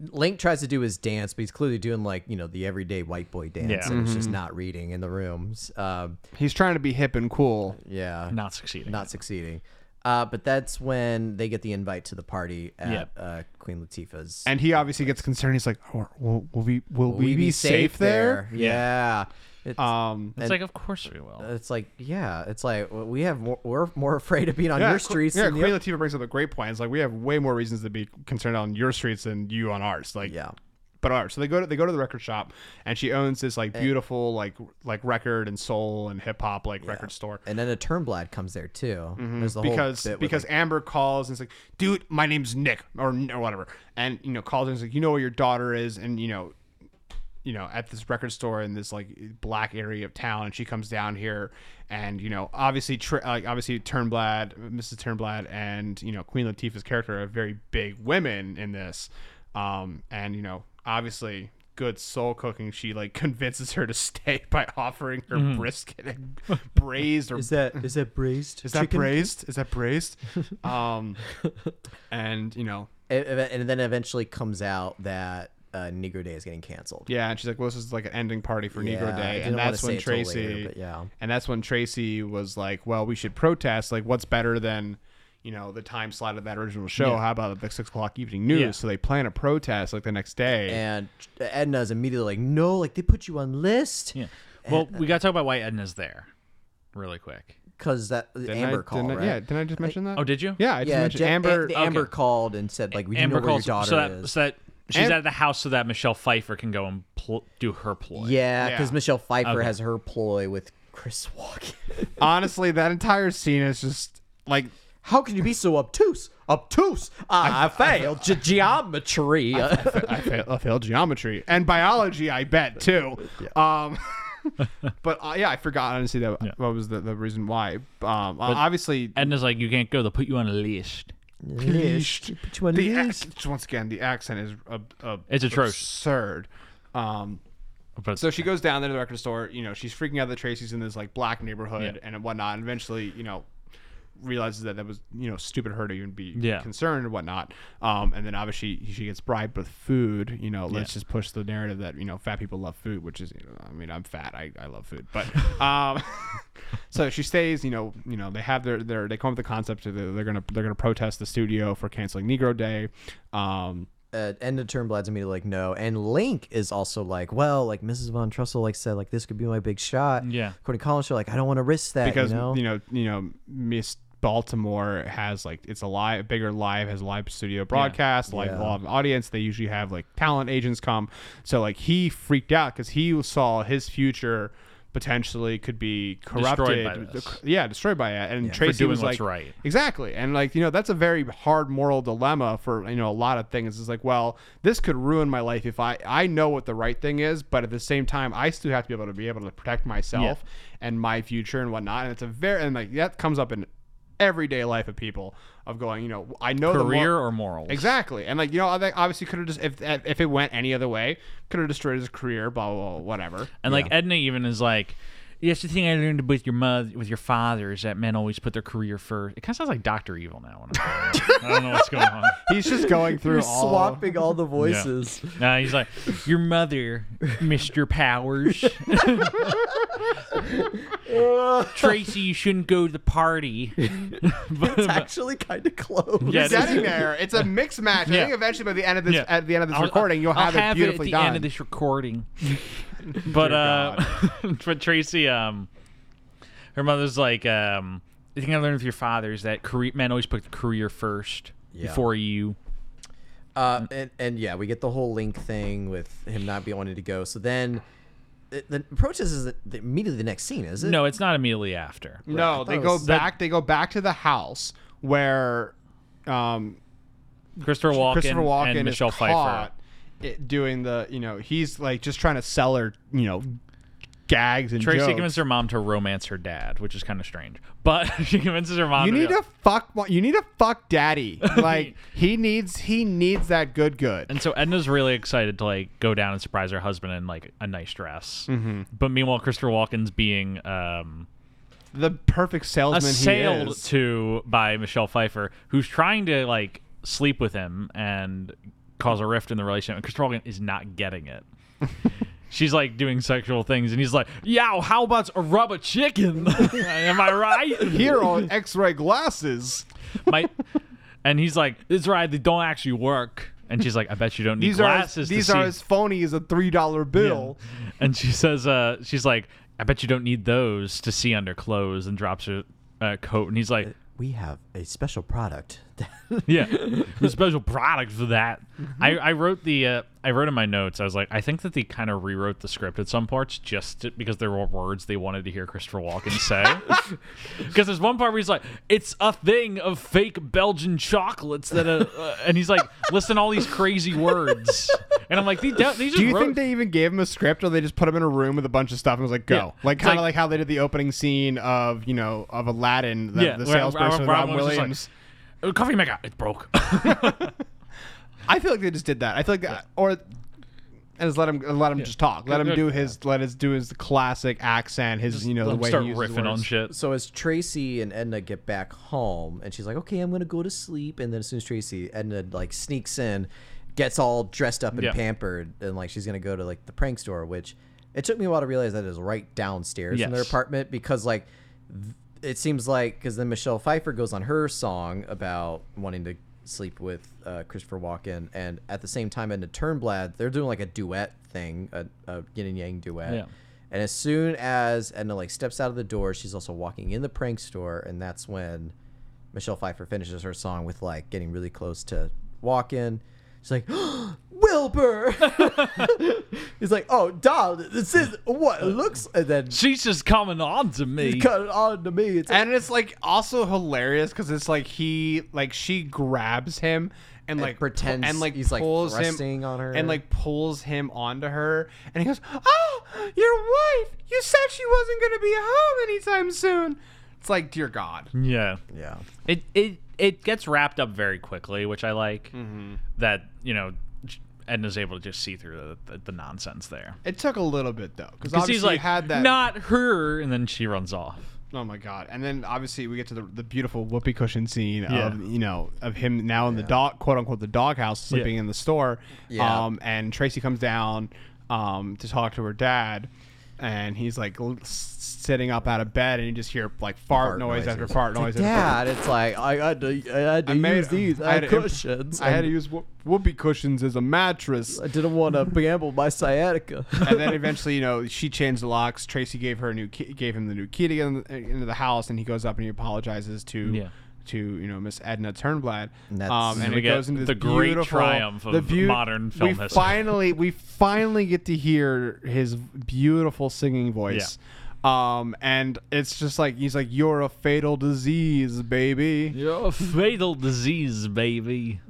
Link tries to do his dance, but he's clearly doing like you know the everyday white boy dance, Yeah. and it's just not reading in the rooms. Um, He's trying to be hip and cool. yeah, Not succeeding. not succeeding. Uh, but that's when they get the invite to the party at Yeah. uh, Queen Latifah's. And he obviously gets concerned. He's like, oh, will, will we will, we, be, safe, there? Yeah. It's, Um, It's like, of course we uh, will. it's like yeah, it's like well, we have more, we're more afraid of being on yeah, your Qu- streets. Yeah, than the Queen Latifah brings up a great point. It's like we have way more reasons to be concerned on your streets than you on ours. Like, Yeah. But all right, so they go to they go to the record shop, and she owns this like beautiful like like record and soul and hip hop like record store. And then a Turnblad comes there too. There's the Mm-hmm, because whole bit with, because Amber calls and it's like, dude, my name's Nick or or whatever, and you know calls and it's like, you know where your daughter is, and you know, you know at this record store in this like black area of town, and she comes down here, and you know obviously tr like obviously Turnblad, Mrs. Turnblad, and you know Queen Latifah's character are very big women in this, um, and you know obviously. Good soul cooking. She like convinces her to stay by offering her Mm-hmm. brisket and braised or Is that is that braised? mm-hmm. is that braised? Is that braised? um, and you know, And, and then eventually comes out that uh, Negro Day is getting canceled. yeah. And she's like, "Well, this is like an ending party for Yeah, Negro I Day," didn't and wanna that's say when it till later, Tracy, but yeah. and that's when Tracy was like, "Well, we should protest. Like, what's better than?" You know the time slot of that original show. How about the six o'clock evening news? Yeah. So they plan a protest like the next day. And Edna is immediately like, no, like they put you on list Yeah. Well, uh, we got to talk about why Edna's there really quick. because that Didn't I- Amber called, didn't I- right? Yeah, didn't I just mention that? Oh, did you? Yeah, I just yeah. mentioned Ja- Amber. A- the Amber okay. called and said like, we do Amber know where your calls daughter so that, is. so that she's Am- out of the house so that Michelle Pfeiffer can go and pl- do her ploy. yeah, because Yeah. Michelle Pfeiffer has her ploy with Chris Walken. Honestly, that entire scene is just like How can you be so obtuse? Obtuse! I, failed ge- geometry. Uh, I, fail, I failed geometry and biology, I bet too. Um, but uh, yeah, I forgot honestly that what was the, the reason why. Um, uh, obviously, Edna's like, you can't go. They'll put you on a list. List. Put you on the list. ac- once again the accent is ab- ab- It's atrocious. absurd. Um, But so she goes down there to the record store. You know, she's freaking out that Tracy's in this like black neighborhood and whatnot. And eventually, you know, realizes that that was you know stupid of her to even be Yeah. concerned and whatnot. Um, and then obviously she gets bribed with food. You know, let's just push the narrative that you know fat people love food, which is you know, I mean I'm fat, I, I love food, but um, so she stays. You know, you know they have their their they come up with the concept that they're gonna they're gonna protest the studio for canceling Negro Day. Um, uh, and the Turnblad's immediately like no, and Link is also like, well, like Mrs. Von Trussell like said like this could be my big shot. Yeah. Courtney Collins, you're like I don't want to risk that because you know. you know you know Miss Baltimore has like it's a live bigger live has a live studio broadcast live Yeah. live audience they usually have like talent agents come so like he freaked out because he saw his future potentially could be corrupted by this. yeah destroyed by it and Tracy doing was what's like right. exactly and like you know that's a very hard moral dilemma for you know a lot of things it's like well this could ruin my life if I I know what the right thing is but at the same time I still have to be able to be able to protect myself myself and my future and whatnot. And it's a very and like that comes up in everyday life of people of going, you know, I know the mor- career or morals? exactly, and like you know, I think obviously could have just if if it went any other way, could have destroyed his career, blah blah, blah whatever. And like Edna even is like, yes, the thing I learned with your mother, with your father, is that men always put their career first. It kind of sounds like Doctor Evil now. When I'm saying it. I don't know what's going on. He's just going through You're all. swapping all the voices. No, he's like, your mother, Mr. Powers. Tracy, you shouldn't go to the party. But- It's actually kind of close. Yeah, it It's is. getting there. It's a mixed match. I Yeah. think eventually by the end of this Yeah. at the end of this I'll- recording, you'll I'll have, it have beautifully at the done. end of this recording. but uh, but Tracy, um, her mother's like, um, the thing I learned with your father is that career, men always put career first Yeah. before you. Uh, and, and yeah, we get the whole Link thing with him not be wanting to go. So then the, the protest is the, the, immediately the next scene, is it? No, it's not immediately after. Right. I No, they thought it go was- back. They go back to the house where, um, Christopher Walken, Christopher Walken and is Michelle Pfeiffer. caught it- doing the you know he's like just trying to sell her you know gags and Tracy jokes. convinces her mom to romance her dad, which is kind of strange. But she convinces her mom you to need go- to fuck. mo- You need to fuck daddy. Like he needs. He needs that good good. And so Edna's really excited to like go down and surprise her husband in like a nice dress. Mm-hmm. But meanwhile, Christopher Walken's being um, The perfect salesman he assailed is. to by Michelle Pfeiffer, who's trying to like sleep with him and cause a rift in the relationship. And Christopher Walken is not getting it. She's like doing sexual things, and he's like, "Yo, how about a rubber chicken? Am I right?" Here on X-ray glasses. my and he's like, "It's right. They don't actually work." And she's like, "I bet you don't need These are as, glasses." to these see. are as phony as a three dollar bill. And she says, uh, "She's like, I bet you don't need those to see under clothes." And drops her uh, coat. And he's like, We have a special product. "Yeah, a special product for that." Mm-hmm. I, I wrote the uh, I wrote in my notes. I was like, I think that they kind of rewrote the script at some parts just to- because there were words they wanted to hear Christopher Walken say. Because there's one part where he's like, "It's a thing of fake Belgian chocolates that," uh, uh," and he's like, "Listen, all these crazy words." And I'm like, "These, these just Do you wrote- think they even gave him a script, or they just put him in a room with a bunch of stuff and was like, "Go"? Yeah. Like It's kind of like- like, how they did the opening scene of you know of Aladdin, the, the where- salesperson where- with where Robin I was just like, Williams. "Uh, coffee maker, it broke. I feel like they just did that. I feel like, that, or and just let him let him just talk. Let him Yeah. do his let us do his classic accent. His you know the Let him way start he uses riffing on words. shit. So as Tracy and Edna get back home, and she's like, "Okay, I'm gonna go to sleep," and then as soon as Tracy, Edna like sneaks in, gets all dressed up and Yeah. pampered, and like she's gonna go to like the prank store, which it took me a while to realize that is right downstairs in their Yes. apartment because like th- it seems like because then Michelle Pfeiffer goes on her song about wanting to sleep with uh, Christopher Walken, and at the same time Edna Turnblad, they're doing like a duet thing, a, a yin and yang duet. Yeah. And as soon as Edna like steps out of the door, she's also walking in the prank store, and that's when Michelle Pfeiffer finishes her song with like getting really close to walk in. She's like, Wilbur. He's like, oh, darling, this is what it looks. And then She's just coming on to me. she cut it on to me. It's And it's like also hilarious because it's like he like she grabs him and like pretends and like he's, like, pulls him thrusting on her. and like pulls him onto her and he goes, "Oh, your wife! You said she wasn't gonna be home anytime soon." It's like, dear God, Yeah, yeah, it it it gets wrapped up very quickly, which I like. Mm-hmm. That you know, Edna's able to just see through the, the, the nonsense there. it took a little bit though because Because obviously he's like, you had that. not her, and then she runs off. Oh my God! And then obviously we get to the, the beautiful whoopee cushion scene Yeah. of you know of him now in the dog quote unquote the doghouse sleeping in the store. Yeah. Um, and Tracy comes down um, to talk to her dad, and he's like l- s- sitting up out of bed, and you just hear like Fart fart, noise after noises. fart noise. after fart. dad. It's like I had to, I had to I made- use these I had to imp- cushions. I had to and use whoop- whoopee cushions as a mattress. I didn't want to gamble my sciatica. and then eventually, you know, she changed the locks. Tracy gave her a new key, gave him the new key to get in the, into the house, and he goes up and he apologizes to Yeah. to you know Miss Edna Turnblad. And that's- um, and We it get goes into this the great beautiful, triumph of the beau- modern film we history. Finally, we finally get to hear his beautiful singing voice. Um, and it's just like he's like, "You're a fatal disease, baby." You're a fatal disease, baby.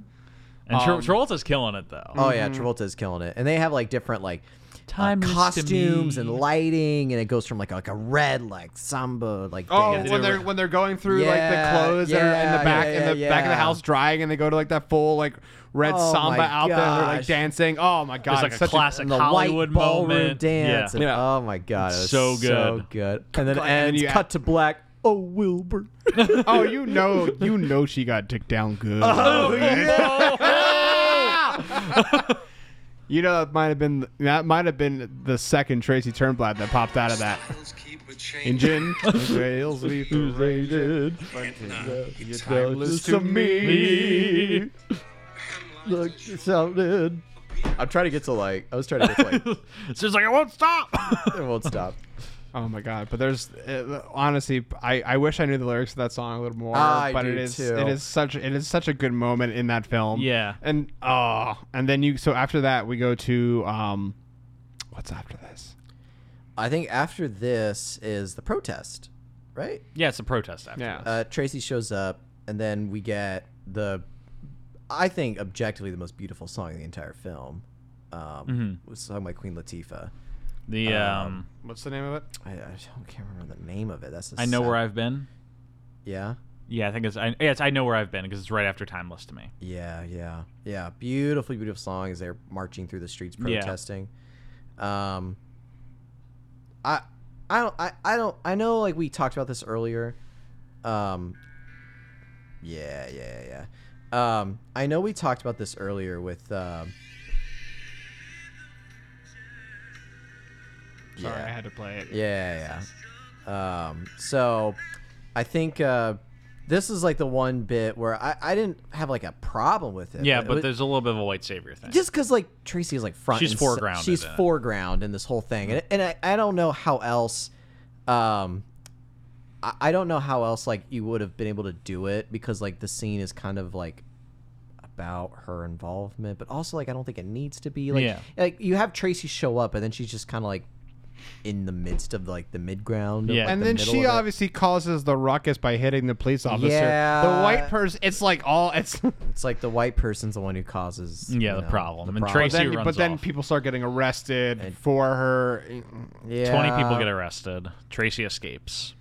And Tra- Um, uh, Travolta's killing it though. Oh yeah, Travolta's killing it, and they have like different like uh, Timeless to costumes and me. lighting, and it goes from like like a red like samba like Oh, dance. when they're when they're going through Yeah, like the clothes that are in yeah, the back yeah, in the yeah, back of the yeah. house drying, and they go to like that full like red Oh samba my outfit, and they're like gosh. dancing. Oh my god, It's like it's a such classic and the Hollywood white ballroom moment. dance. Yeah. and- Yeah. Oh my god, it was so so good. good, And then And then ends you- cut to black. Oh Wilbur. oh, you know, you know, she got dicked down good. Oh. you know, that might have been that might have been the second Tracy Turnblad that popped out of that engine. Rails we paraded, It's timeless to me. Look, it sounded. I'm trying to get to like. I was trying to get to like. So it's like I won't stop. it won't stop. Oh my god! But there's uh, honestly, I, I wish I knew the lyrics to that song a little more. I but do it is too. it is such it is such a good moment in that film. Yeah. And oh, and then you so after that we go to um, what's after this? I think after this is the protest, right? yeah, it's a protest after. Yeah. Uh, Tracy shows up, and then we get the, I think Mm-hmm. objectively the most beautiful song in the entire film, um, was sung by Queen Latifah. The um, What's the name of it? I, I don't can't remember the name of it. That's the I know where sad- I've been. Yeah. Yeah, I think it's I, yeah, it's I know where I've been because it's right after Timeless to me. Yeah, yeah, yeah. Beautiful, beautiful song as they're marching through the streets Yeah. protesting. Um, I, I don't, I, I don't, I know. Like we talked about this earlier. Um, yeah, yeah, yeah. Um, I know we talked about this earlier with. Um, Sorry, I had to play it. Yeah, yeah. Um, so I think uh, this is like the one bit where I, I didn't have like a problem with it. Yeah, it but was- there's a little bit of a white savior thing. just because like Tracy is like front. She's and ce- foregrounded She's in it. foreground in this whole thing, and, and I, I don't know how else, um, I, I don't know how else like you would have been able to do it because like the scene is kind of like about her involvement, but also like I don't think it needs to be like Yeah. like you have Tracy show up and then she's just kind of like in the midst of like the mid ground. Yeah. like, And the then middle she of it. obviously causes the ruckus by hitting the police officer. Yeah. The white person, it's like all, it's, it's like the white person's the one who causes Yeah, you the know, problem. And but Tracy then, runs but then off. people start getting arrested for her. yeah, Twenty people get arrested. Tracy escapes.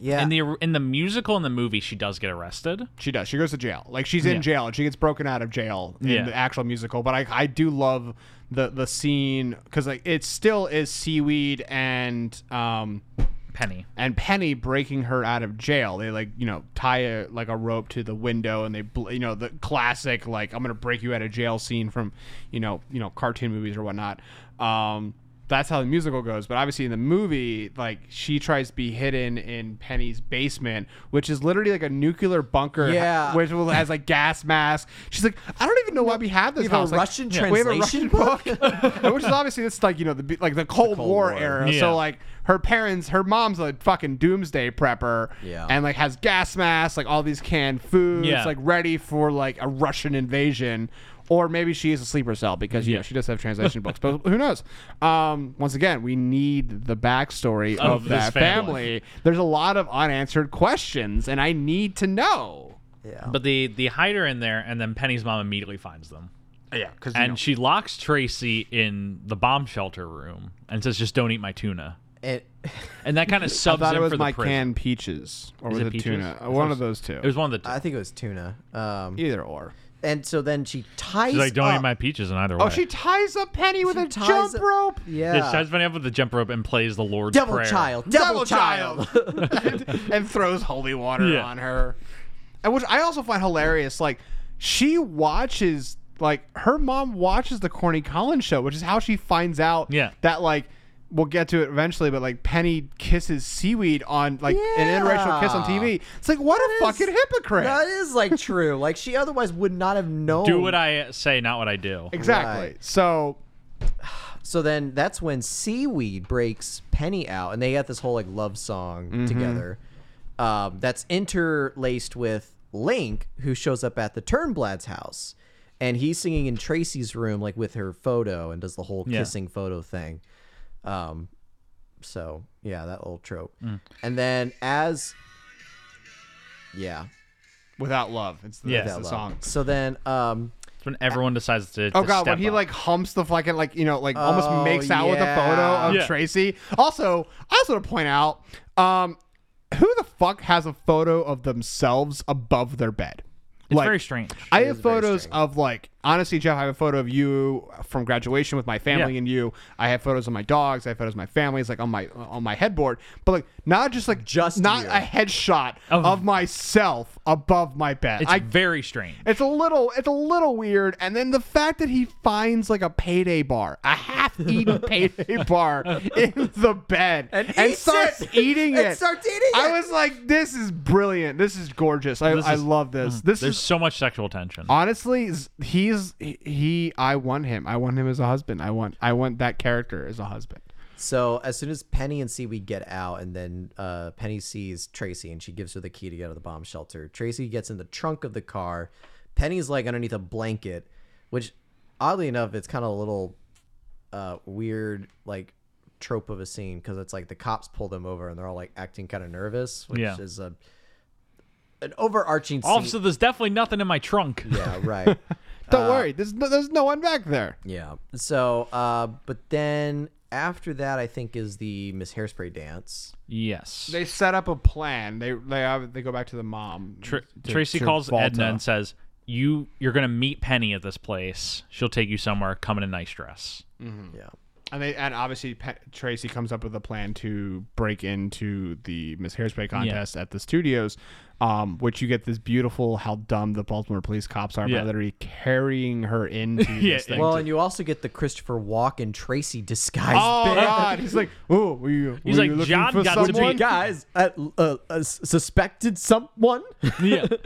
yeah. In the in the musical and the movie, she does get arrested. She does. She goes to jail. Like she's in Yeah. jail and she gets broken out of jail in Yeah. the actual musical. But I, I do love the the scene because like it still is seaweed and um Penny. and Penny breaking her out of jail. They like you know tie a, like a rope to the window and they bl- you know the classic like I'm gonna break you out of jail scene from you know you know cartoon movies or whatnot. Um, that's how the musical goes. But obviously in the movie, like she tries to be hidden in Penny's basement, which is literally like a nuclear bunker. Yeah. which will, has like gas masks. She's like, I don't even know why we have this have a house. Like, Russian we have a translation Russian book, which is obviously it's like you know the like the Cold, War, War. era. Yeah. So like like her parents her mom's a fucking doomsday prepper Yeah. and like has gas masks like all these canned foods Yeah. like ready for like a russian invasion or maybe she is a sleeper cell because you know she does have translation books but who knows um, once again we need the backstory Of of, this that family. family. there's a lot of unanswered questions and i need to know yeah. Oh. But the the hider in there, and then Penny's mom immediately finds them, yeah because and she locks Tracy in the bomb shelter room and says, "Just don't eat my tuna." It, And that kind of i subs thought in it was for the my prison. canned peaches or was it it, peaches? tuna I one thought of those two It was one of the. Two. I think it was tuna. Um, either or and so then she ties. She's like, "Don't eat up- my peaches." In either way. oh she ties up penny with She a ties jump up- rope Yeah. Yeah, she ties Penny up with the jump rope and plays the Lord's Devil Prayer. child. Devil, devil child. child, and throws holy water Yeah. on her. And which I also find hilarious. Like she watches, like her mom watches the Corny Collins show, which is how she finds out Yeah. that like we'll get to it eventually. But like Penny kisses seaweed on like an interracial kiss on Yeah. TV. It's like what a That is- fucking hypocrite. that is like true. Like she otherwise would not have known. Oh. Do what I say, not what I do. exactly. Right. So So then that's when Seaweed breaks Penny out, and they got this whole like love song Mm-hmm. together. Um, that's interlaced with Link, who shows up at the Turnblad's house, and he's singing in Tracy's room, like with her photo, and does the whole Yeah. kissing photo thing. Um, so yeah, that old trope. Mm. And then as yeah, without love, it's the, Yeah. it's that the love. song. So then um, It's when everyone decides to. Oh to god, step when he up. like humps the fucking like you know like Oh, almost makes out with a yeah. photo of Yeah. Tracy. Also, I also want to point out, um, who the fuck has a photo of themselves above their bed? it's very strange. I is have very photos of like honestly, Jeff. I have a photo of you from graduation with my family Yeah. and you. I have photos of my dogs. I have photos of my family. It's like on my on my headboard, but like not just like Just not you. a headshot Of- of, myself above my bed. It's I very strange. it's a little it's a little weird and then the fact that he finds like a payday bar, a half-eaten payday bar in the bed And eats starts it! eating And it. starts eating it! I was like this is brilliant. This is Mm, gorgeous. I, This I is- love this. This There's is so much sexual tension. honestly z- he's he- he I want him. I want him as a husband. I want I want that character as a husband. So as soon as Penny and Seaweed get out, and then uh, Penny sees Tracy, and she gives her the key to get out of the bomb shelter. Tracy gets in the trunk of the car. Penny's like underneath a blanket, which oddly enough, it's kind of a little uh, weird, like trope of a scene because it's like the cops pull them over and they're all like acting kind of nervous, which Yeah. is a an overarching. Scene. Officer, there's definitely nothing in my trunk. yeah, right. Uh, Don't worry. There's no, there's no one back there. Yeah. So, uh, but then after that, I think is the Miss Hairspray dance. Yes. They set up a plan. They they have, they go back to the mom. Tr- Tracy Travolta. calls Edna and says, "You you're gonna meet Penny at this place. She'll take you somewhere. Come in a nice dress." Yeah. And they and obviously Pe- Tracy comes up with a plan to break into the Miss Hairspray contest at the studios, um, which you get this beautiful how dumb the Baltimore police cops are Yeah. by literally carrying her into Yeah, this thing. Well, and you also get the Christopher Walken Tracy disguise oh bit. God, he's like, oh, were you, were He's you like, looking "John for got to be- someone?" Guys, uh, uh, uh, suspected someone. Yeah.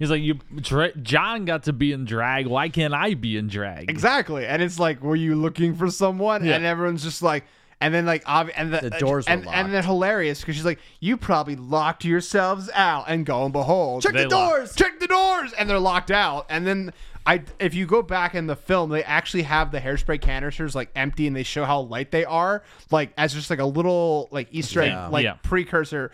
He's like, "You Dra- John got to be in drag. Why can't I be in drag?" Exactly. And it's like, were you looking for someone? And everyone's just like, and then like, obvi- and the, The doors were and, and they're hilarious because she's like, you probably locked yourselves out, and go and behold, Check They the lock- doors. check the doors, and they're locked out. And then I, if you go back in the film, they actually have the hairspray canisters like empty, and they show how light they are, like as just like a little like Easter egg, Yeah. like Yeah. precursor.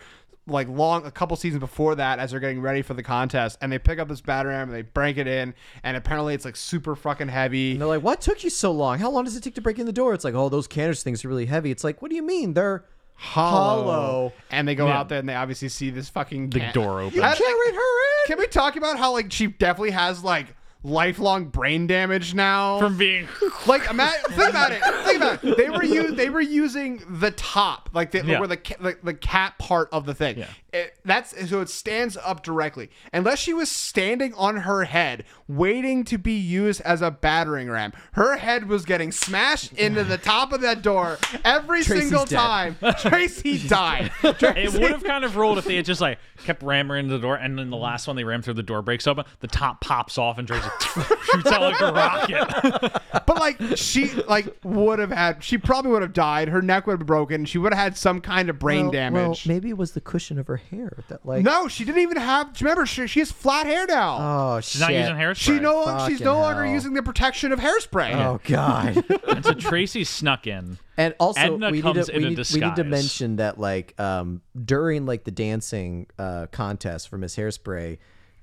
Like long, a couple seasons before that, as they're getting ready for the contest, and they pick up this batter ram and they break it in, and apparently it's like super fucking heavy. And they're like, "What took you so long? How long does it take to break in the door?" It's like, "Oh, those canners things are really heavy." It's like, "What do you mean? They're hollow. hollow. And they go Yeah. out there and they obviously see this fucking The can- door opens. You I- carried her in." Can we talk about how like she definitely has like lifelong brain damage now? From being like imagine, think about it. Think about it. They were u- they were using the top, like the Yeah. where the, ca- the the cap part of the thing. Yeah. It- that's so it stands up directly. Unless she was standing on her head, waiting to be used as a battering ram, her head was getting smashed into the top of that door every Tracy's single dead. time. Tracy died. It would have kind of rolled if they had just like kept ramming into the door, and then the last one they rammed through the door breaks open. The top pops off, and Tracy shoots out like a rocket. But like she like would have had she probably would have died. Her neck would have broken. She would have had some kind of brain well, Well, damage. maybe it was the cushion of her hair that, like, no, she didn't even have. Remember, she, she has flat hair now. oh, She's not using hairspray. she no long, she's Fucking no longer hell. using the protection of hairspray. Oh God. and so Tracy snuck in. And also, Edna we, comes need to, in we, a need, we need to disguise. mention that, like, um, during like the dancing uh, contest for Miss Hairspray,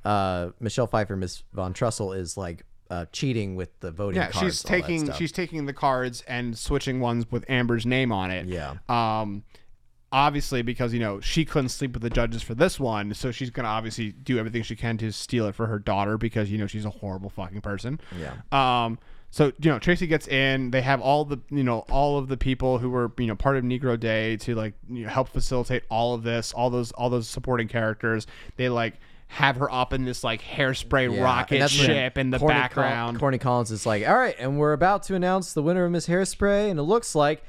uh, Michelle Pfeiffer, Miss Von Trussell is like uh, cheating with the voting. Yeah, cards, she's all that taking stuff. she's taking the cards and switching ones with Amber's name on it. Yeah. Um obviously because you know she couldn't sleep with the judges for this one, so she's going to obviously do everything she can to steal it for her daughter because you know she's a horrible fucking person. Yeah. Um so you know Tracy gets in, they have all the you know all of the people who were you know part of Negro Day to like you know, help facilitate all of this, all those all those supporting characters. They like have her up in this like hairspray Yeah, rocket and that's when ship in the Corny Col- background. Corny Collins is like, all right, and we're about to announce the winner of Miss Hairspray, and it looks like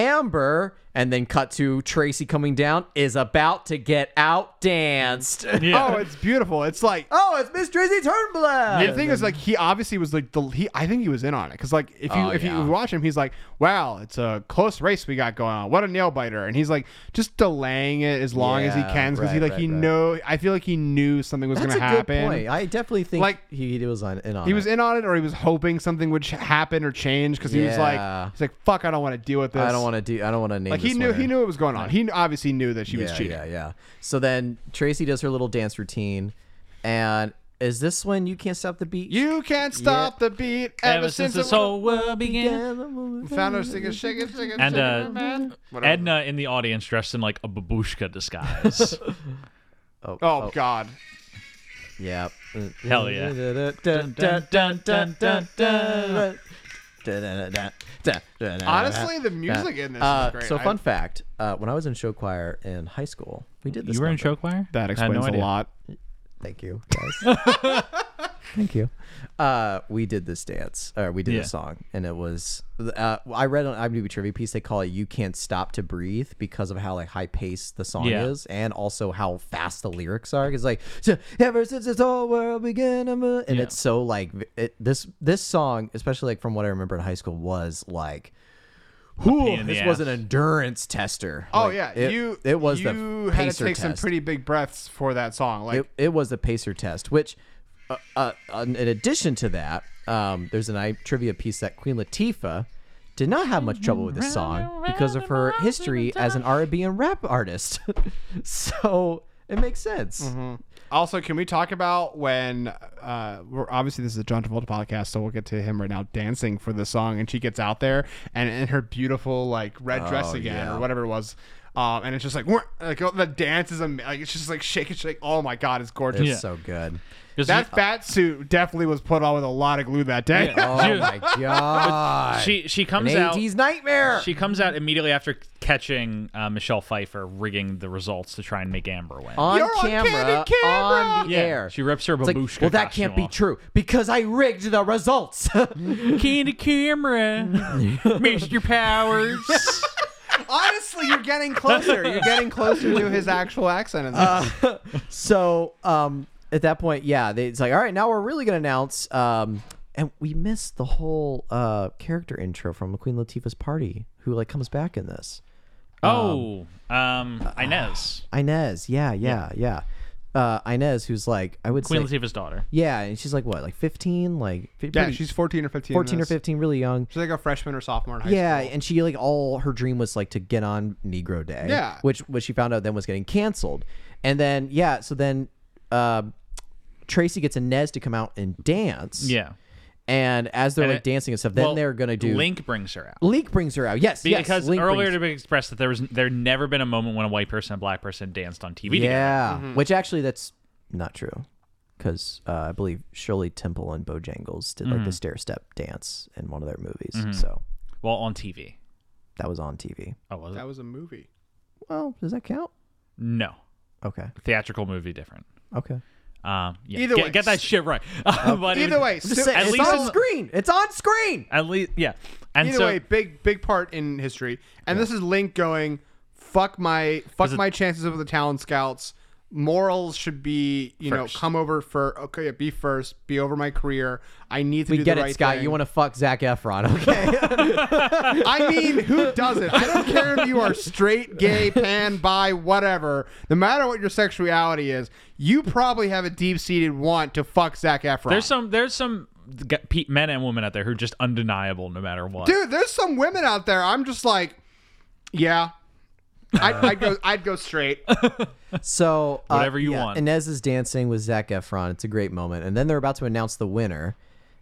Amber, and then cut to Tracy coming down, is about to get out danced. Oh, it's beautiful. It's like oh, it's Miss Tracy Turnblad. the thing is like he obviously was like the he I think he was in on it because like if you Oh, if yeah. you watch him he's like wow it's a close race we got going on what a nail biter and he's like just delaying it as long as he Yeah, can because he right, like right, he right. know I feel like he knew something was That's gonna a happen good point. I definitely think Like, he, he was on in on he was it. in on it or he was hoping something would sh- happen or change because he was Yeah. like he's like fuck I don't want to deal with this I don't want to do. I don't want to name. like he this knew winner. he knew it was going on he kn- obviously knew that she was yeah, cheating Yeah, yeah. So then Tracy does her little dance routine, and is this when you can't stop the beat? you can't stop the beat ever, Ever since it this whole world began. found her singing shake it shake it And, shake uh, it man Whatever. Edna in the audience dressed in like a babushka disguise. oh god. Yeah. Hell yeah. Honestly, the music in this Uh, is great. so I- fun fact: uh, when I was in show choir in high school, we did this. you were in number. show choir? I had that no explains a idea. lot. Thank you, guys. Thank you. Uh, we did this dance, or we did Yeah. this song, and it was. Uh, I read on IMDb trivia piece they call it "You Can't Stop to Breathe" because of how like high paced the song Yeah. is, and also how fast the lyrics are. Because like, "So, ever since this whole world began, I'm a-" and it's so like v- it, this this song, especially like from what I remember in high school, was like. Whew, in the this was ass. an endurance tester. Oh Like, yeah, it, you It was you the had to pacer take some test pretty big breaths for that song. Like it, it was the pacer test which uh, uh, in addition to that um, there's an I trivia piece that queen latifah did not have much trouble with this song because of her history as an r&b and rap artist so It makes sense. Mm-hmm. Also, can we talk about when uh, we're obviously this is a John Travolta podcast, so we'll get to him right now dancing for the song, and she gets out there and in her beautiful like red dress again Oh, yeah. or whatever it was, um, and it's just like "Wah!" like oh, the dance is am- like it's just like shake it shake. Oh my god, it's gorgeous. It's Yeah. so good. 'Cause That fat suit definitely was put on with a lot of glue that day. Yeah. Oh Dude. my god. she she An comes out. 80s nightmare. She comes out immediately after catching uh, Michelle Pfeiffer rigging the results to try and make Amber win. on You're on camera, candid camera! on the yeah, air. she rips her It's like, babushka. well, that can't be true because I rigged the results. Candy camera, Mr. Powers. Honestly, you're getting closer. You're getting closer to his actual accent. In this. Uh, so um, at that point, yeah, they, it's like, all right, now we're really gonna announce. Um, and we missed the whole uh, character intro from Queen Latifah's party, who like comes back in this. oh, um, Inez, Inez, yeah, yeah, yeah. Uh, Inez, who's like, I would Queen say, Latifah's daughter. yeah, and she's like what, like fifteen, like fi- yeah, pretty- she's 14 or 15. in fourteen or this. fifteen, really young. She's like a freshman or sophomore in high Yeah, school. and she like all her dream was like to get on Negro Day. Yeah. which which she found out then was getting canceled, and then yeah, so then uh, Tracy gets Inez to come out and dance. Yeah. and as they're And like it- dancing and stuff, then Well, they're gonna do Link brings her out. Link brings her out. Yes, yes, because Link earlier brings- to be expressed that there was there had never been a moment when a white person and a black person danced on TV together. yeah, Mm-hmm. which actually that's not true. Because uh, I believe Shirley Temple and Bojangles did Mm-hmm. like the stair step dance in one of their movies, so Well, on TV. that was on TV. Oh, was it? That was a movie. Well, does that count? No, Okay, theatrical movie different. okay. Um, yeah. Either get, way. get that shit right. But it Either was- way, I'm just Sue- saying, at it's least on on- screen. It's on screen. at least yeah. And Either so way, big big part in history. And this is Link going, "Fuck my fuck it- my chances over the Talon Scouts. Morals should be you First. know come over for okay yeah, be first, be over my career. I need to We do get the it, right Scott. thing." You want to fuck Zach Efron, okay? I mean, who doesn't? I don't care if you are straight, gay, pan, bi, whatever. No matter what your sexuality is, you probably have a deep seated want to fuck Zach Efron. there's some there's some g- pe- men and women out there who are just undeniable no matter what. dude there's some women out there i'm just like yeah I'd, I'd go i'd go straight so uh, Whatever you want. Inez is dancing with Zach Efron. It's a great moment, and then they're about to announce the winner.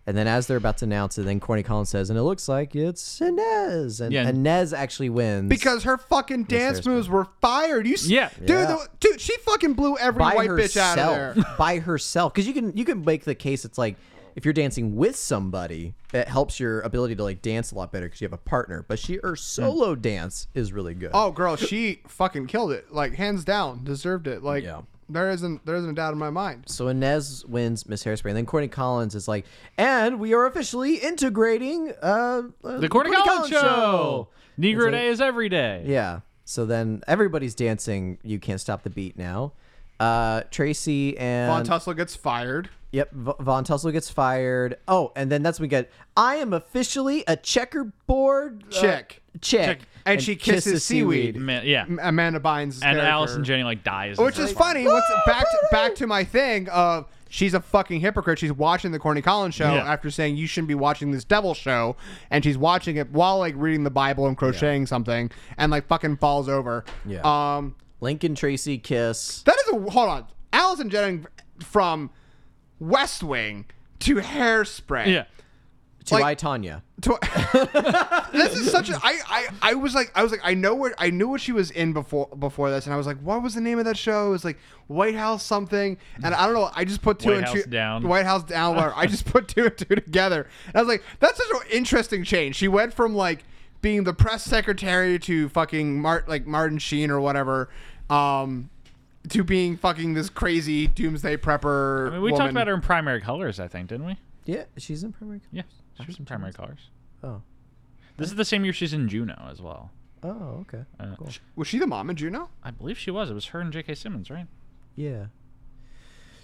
And then as they're about to announce it, then Courtney Collins says, "And it looks like it's Inez." And Yeah. Inez actually wins because her fucking dance Witherspoon. moves were fired you s- Yeah. dude the- dude she fucking blew every by white bitch herself. out of there by herself, because you can you can make the case. It's like if you're dancing with somebody, it helps your ability to like dance a lot better because you have a partner. But she her solo dance is really good. oh girl she fucking killed it like hands down deserved it like Yeah. there isn't there isn't a doubt in my mind So Inez wins Miss Hairspray, and then Courtney Collins is like, "And we are officially integrating uh, uh, the Courtney Collins, show. Negro like- Day is every day. Yeah. So then everybody's dancing. You can't stop the beat now. Uh, Tracy Von and Tussle gets fired. yep, Va- Von Tussle gets fired. Oh, and then that's when we get. I am officially a checkerboard uh, Chick. chick. And she kisses seaweed. Man, yeah. M- Uh, Amanda Bynes and character. Allison Jenny like dies. in Which her is apartment. funny. What's back to, back to my thing of she's a fucking hypocrite. She's watching the Corny Collins show Yeah. after saying you shouldn't be watching this devil show, and she's watching it while like reading the Bible and crocheting something, and like fucking falls over. Yeah. Um, Lincoln Tracy kiss. that is a hold on. Allison Jennings from West Wing to Hairspray. Yeah. To Like- I Tanya. To- this is such a I, I I was like I was like I know where I knew what she was in before before this and I was like what was the name of that show it was like White House something and I don't know I just put two White and House two Down. White House down whatever. I just put two and two together and I was like that's such an interesting change she went from like being the press secretary to fucking Mart like Martin Sheen or whatever um to being fucking this crazy doomsday prepper I mean, we talked about her in primary colors, I think, didn't we? Yeah, she's in primary. Yeah. She was in primary colors. Oh. This is the same year she's in Juno as well. Oh, okay. cool. was she the mom in Juno I believe she was. It was her and J.K. Simmons, right? Yeah. Oh,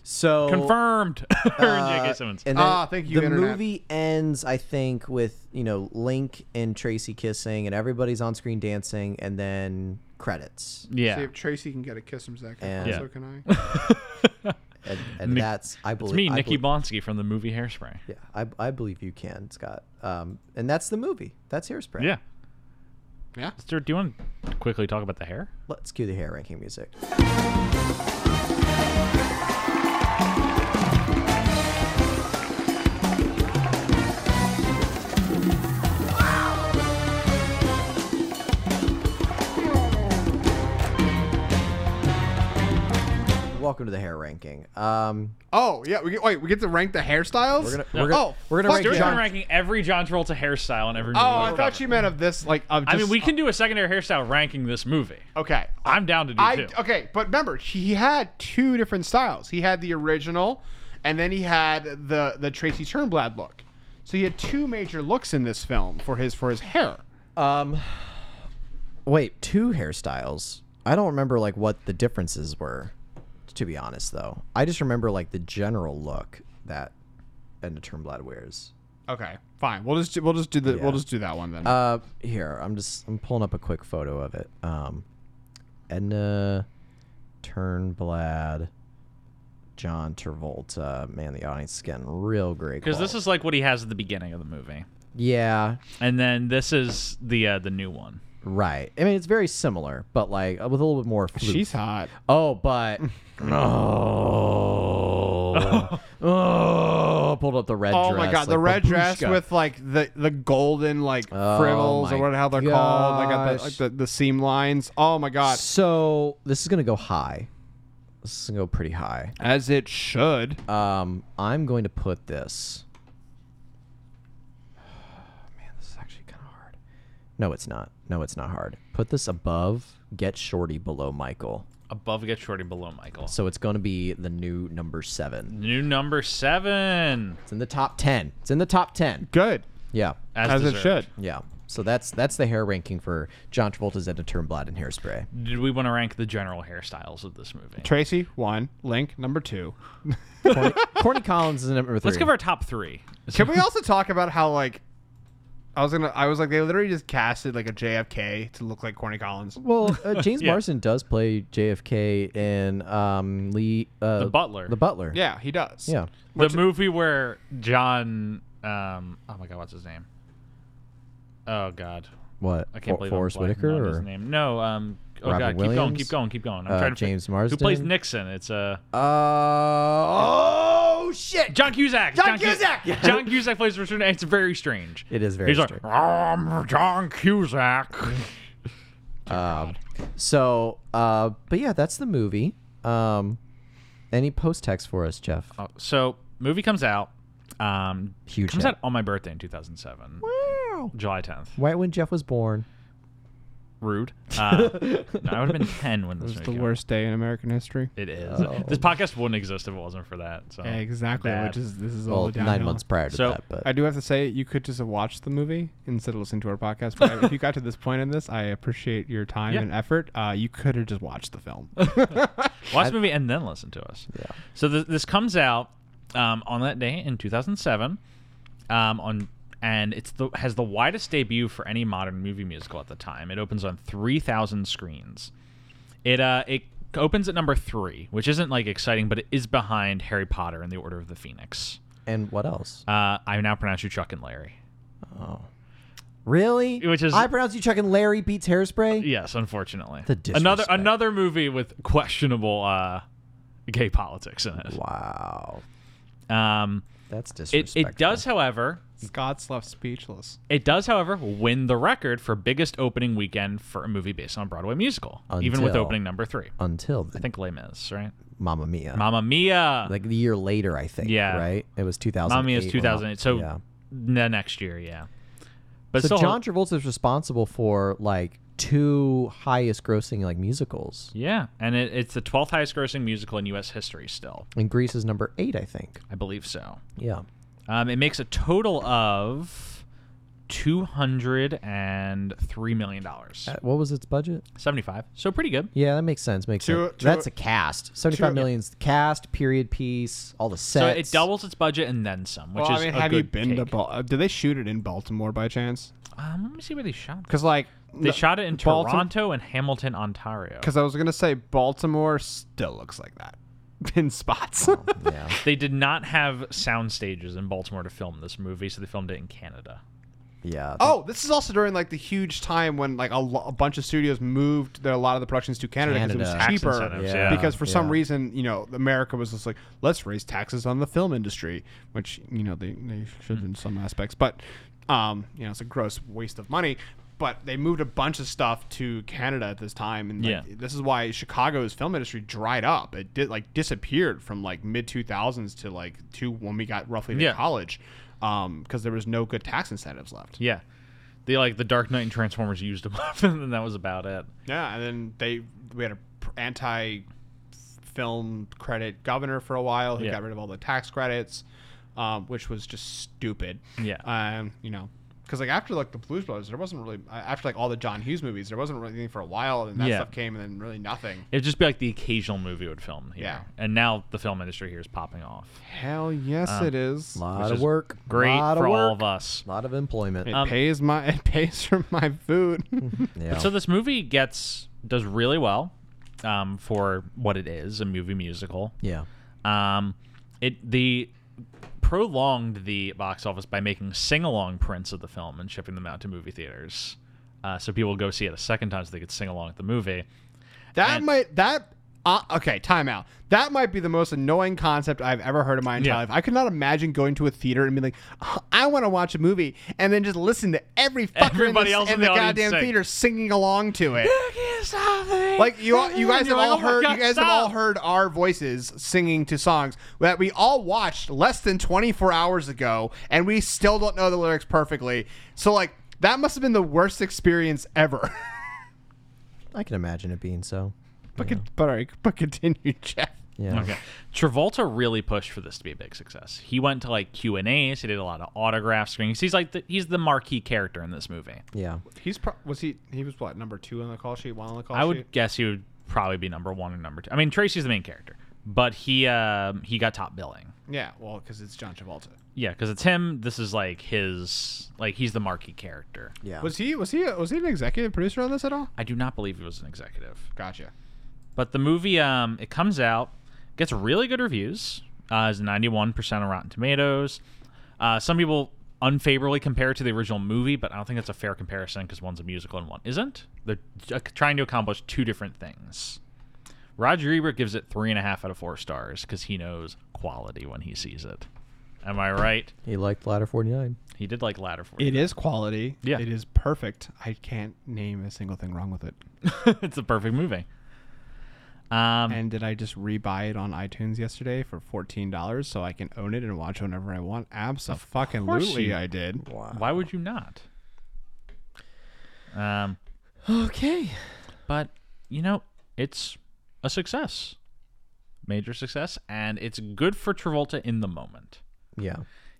So uh, Confirmed. her and J.K. Simmons. And then Ah, thank you, the Internet. movie ends, I think, with you know Link and Tracy kissing, and everybody's on screen dancing, and then credits, see yeah. if Tracy can get a kiss from Zach And- so can I and, and Nick- that's I believe It's me, I Nikki believe- Blonsky from the movie Hairspray. Yeah, I, I believe you can, Scott. Um, and that's the movie. That's Hairspray. Yeah. yeah Stuart, do you want to quickly talk about the hair? Let's cue the hair ranking music. into the hair ranking. Um, Oh yeah, we get, wait. We get to rank the hairstyles. we're gonna, we're gonna, oh, we're gonna fuck rank We're yeah. John. ranking every John Travolta hairstyle in every movie. Oh, I we've thought covered. you meant of this. Like, of I mean, just- we can do a secondary hairstyle ranking this movie. Okay, I'm down to do I too. okay, but remember, he had two different styles. He had the original, and then he had the the Tracy Turnblad look. So he had two major looks in this film for his for his hair. Um, wait, two hairstyles. I don't remember like what the differences were. To be honest, though, I just remember like the general look that Edna Turnblad wears. Okay, fine. We'll just do- we'll just do the Yeah. we'll just do that one then. Uh, here I'm just I'm pulling up a quick photo of it. Um, Edna Turnblad, John Travolta. Man, the audience is getting real great. Because this is like what he has at the beginning of the movie, yeah, and then this is the uh, the new one. right. I mean, it's very similar, but like with a little bit more. Floof. She's hot. Oh, but oh, oh, pulled up the red. Oh dress, my god, the like, red dress babushka. with like the the golden like Oh frivels or my what the hell they're called. Like, got the, like gosh. the the seam lines. Oh my god, So this is gonna go high. This is gonna go pretty high. as it should. Um, I'm going to put this. Man, this is actually kind of hard. No, it's not. No, it's not hard. Put this above. Get shorty below Michael. Above Get Shorty, below Michael. So it's going to be the new number seven. New number seven, It's in the top ten. It's in the top ten. Good Yeah. as, as, it deserved. should. Yeah. So that's that's the hair ranking for John Travolta's Edna Turnblad and Hairspray. Did we want to rank the general hairstyles of this movie? Tracy one, Link number two. Corny, Corny Collins is number 3 Let's give our top three. Can we also talk about how like I was gonna I was like they literally just casted like a JFK to look like Corny Collins. Well, uh, James Yeah. Marsden does play JFK in um, Lee uh, The Butler. The Butler. Yeah, he does. Yeah. the movie where John, um, oh my god, what's his name? Oh god, What? I can't For- believe Forrest I'm blanking on Whitaker his or name. No, um, oh Robin god, keep going, Williams? keep going, keep going. I'm Uh, trying to James think. Who plays Marsden? Nixon? It's uh, Uh, oh shit! John Cusack. John Cus- Cusack! Yeah. John Cusack plays Richard. Nixon. It's very strange. It is very He's strange. like, um, John Cusack. Um, so, uh, but yeah, that's the movie. Um, any post text for us, Jeff? Uh, so movie comes out. Um, Huge Comes hit. out on my birthday in 2007, Wow. July 10th. Right when Jeff was born. Rude. Uh, no, I would have been 10 when this It's movie the came out. worst day in American history. It is. This podcast wouldn't exist if it wasn't for that. So exactly, Bad. which is this is all Well, the nine downhill. months prior to So, that, but I do have to say you could just have watched the movie instead of listening to our podcast. But if you got to this point in this, I appreciate your time Yeah. and effort. Uh, you could have just watched the film. watch the movie and then listen to us. Yeah. So th- this comes out um, on that day in 2007, um, on and it's the has the widest debut for any modern movie musical at the time. It opens on 3,000 screens. It uh it opens at number three, which isn't like exciting, but it is behind Harry Potter and the Order of the Phoenix. and what else? Uh, I now pronounce you Chuck and Larry. Oh. Really? which is- I pronounce you Chuck and Larry beats hairspray. Yes, unfortunately. The another disrespect. another movie with questionable uh, gay politics in it. Wow, Um, that's it disrespectful. it does, however, Scott's left speechless. it does, however, win the record for biggest opening weekend for a movie based on a Broadway musical, even with Until- opening number three. until I the think Les Mis, right? Mamma Mia. Mamma Mia. like the year later, I think. Yeah. Right? It was 2008. Mamma Mia is when- 2008. So yeah. the next year, yeah. But So still, John Travolta is responsible for like two highest grossing like musicals. yeah, and it, it's the twelfth highest grossing musical in U.S. history. Still, And Grease is number eight, I think. I believe so. Yeah. Um, it makes a total of two hundred and three million dollars, Uh, What was its budget? seventy-five. So pretty good. Yeah, that makes sense. Makes Two- sense. two- That's a cast. Seventy-five two- million's the cast, period piece, all the So sets. it doubles its budget and then some, which well, is I mean, a have you good been to? take. Bal- uh, did they shoot it in Baltimore by chance? Um, let me see where they shot. it. Because like They shot it in Baltim- Toronto and Hamilton, Ontario. Because I was gonna say Baltimore still lks like that in spots. Yeah. They did not have sound stages in Baltimore to film this movie, so they filmed it in Canada. Yeah. oh, this is also during like the huge time when like a, lo- a bunch of studios moved their, a lot of the productions to Canada because it was Canada. Tax cheaper. incentives, Yeah. Because for some yeah. reason, you know, America was just like, let's raise taxes on the film industry, Hmm. which you know they, they should in some aspects, but um, you know, it's a gross waste of money. but they moved a bunch of stuff to Canada at this time, and like, Yeah. this is why Chicago's film industry dried up. It did like disappeared from like mid two thousands to like two when we got roughly to Yeah. college, because there was no good tax incentives left. Yeah. The like the Dark Knight and Transformers used them up, and then that was about it. Yeah, and then they we had a anti film credit governor for a while who Yeah. got rid of all the tax credits, um, which was just stupid. Yeah. um, you know, because like after like the Blues Brothers, there wasn't really uh, after like all the John Hughes movies, there wasn't really anything for a while, and that Yeah. stuff came, and then really nothing. It'd just be like the occasional movie would film here. Yeah. And now the film industry here is popping off. Hell yes, Um, it is. lot Which of is work. Great lot for of work, all of us. lot of employment. It Um, pays my it pays for my food. yeah. So this movie gets does really well um, for what it is, a movie musical. yeah. Um, it the prolonged the box office by making sing-along prints of the film and shipping them out to movie theaters, uh, so people would go see it a second time so they could sing along at the movie. That And- might that uh, okay, timeout. That might be the most annoying concept I've ever heard in my entire Yeah. life. I could not imagine going to a theater and being like, "Oh, I want to watch a movie, and then just listen to every fucker Everybody in the, else in in the, the audience goddamn sing. theater singing along to it. Like you, all- you guys have You're like, all "Oh my heard, God, you guys have stop." all heard our voices singing to songs that we all watched less than 24 hours ago, and we still don't know the lyrics perfectly. So like, that must have been the worst experience ever. I can imagine it being so. but, con- but, all right, but continue, Jeff. Yeah. Okay. Travolta really pushed for this to be a big success. He went to like Q and A's. He did a lot of autograph screenings. He's like the, he's the marquee character in this movie. Yeah. He's pro- was he he was what number two on the call sheet, one on the call I would sheet. guess he would probably be number one or number two. I mean, Tracy's the main character, but he um, he got top billing. Yeah, well, because it's John Travolta. Yeah, because it's him. This is like his like he's the marquee character. Yeah. Was he was he was he an executive producer on this at all? I do not believe he was an executive. Gotcha. But the movie, um, it comes out, gets really good reviews. Uh, is ninety one percent on Rotten Tomatoes. Uh, some people unfavorably compare it to the original movie, but I don't think that's a fair comparison because one's a musical and one isn't. They're j- trying to accomplish two different things. Roger Ebert gives it three and a half out of four stars because he knows quality when he sees it. Am I right? He liked Ladder 49. He did like Ladder for It is quality. Yeah. it is perfect. I can't name a single thing wrong with it. it's the perfect movie. Um, And did I just rebuy it on iTunes yesterday for fourteen dollars so I can own it and watch whenever I want? Absolutely, you- I did. Why would you not? Um, Okay. but you know, it's a success, major success, and it's good for Travolta in the moment. Yeah.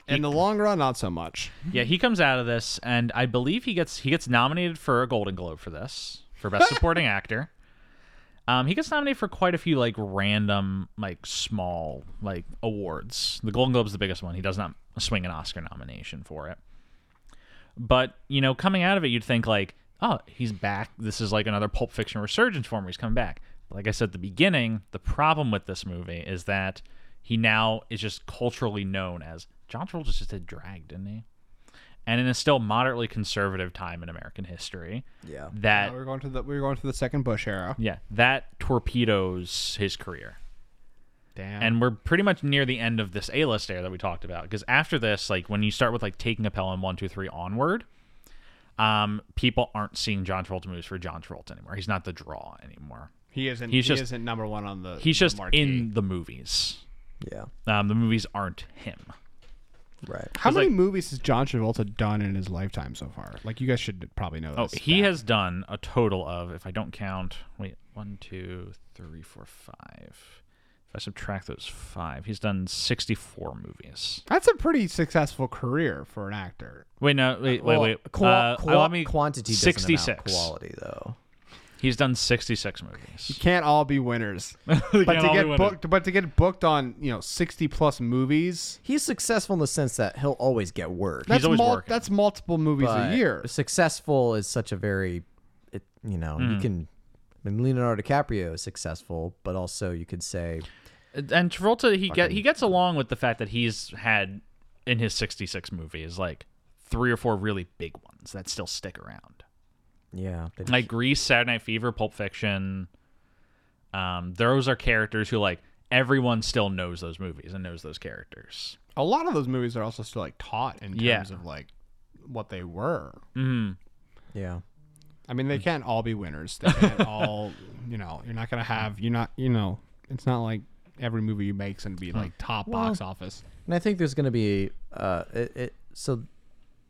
In the long run, not so much. Yeah, he comes out of this, and I believe he gets he gets nominated for a Golden Globe for this for Best Supporting Actor. Um, he gets nominated for quite a few like random like small like awards. The Golden Globe's the biggest one. He does not swing an Oscar nomination for it. But you know, coming out of it, you'd think like, oh, he's back. This is like another Pulp Fiction resurgence for him. He's coming back. But like I said at the beginning, the problem with this movie is that he now is just culturally known as John Travolta just did drag, didn't he? And in a still moderately conservative time in American history, Yeah. that we were going to the we were going to the second Bush era. yeah, that torpedoes his career. Damn. And we're pretty much near the end of this A list era that we talked about. Because after this, like when you start with like taking a pill and one, two, three onward, um, people aren't seeing John Travolta movies for John Travolta anymore. He's not the draw anymore. he isn't. he's he just- isn't number one on the. He's the just marquee. in the movies. Yeah. Um, the movies aren't him. Right. How 'Cause, many like- movies has John Travolta done in his lifetime so far? Like you guys should probably know. Oh, This he stat. has done a total of, if I don't count, wait, one, two, three, four, five. If I subtract those five, he's done 64 movies. That's a pretty successful career for an actor. Wait, no, wait, Well, wait, wait. qua- Uh, qua- let me- quantity doesn't amount 66. quality though. He's done 66 movies. Can't all be winners, but They to can't all be get winners. booked, but to get booked on you know sixty plus movies. He's successful in the sense that he'll always get work. That's always mul- working. that's multiple movies but a year. Successful is such a very, it, you know, Hmm. you can. I mean, Leonardo DiCaprio is successful, but also you could say And Travolta, he get he gets along with the fact that he's had in his 66 movies like three or four really big ones that still stick around. Yeah. they- Like Grease, Saturday Night Fever, Pulp Fiction. Um, those are characters who like everyone still knows those movies and knows those characters. A lot of those movies are also still like taught in terms Yeah. of like what they were. Yeah. I Mm. mean, they can't all be winners. They can't all, you know, you're not gonna have you're not you know, it's not like every movie you make's gonna be like Hmm. top box office. And I think there's going to be uh, it, it. So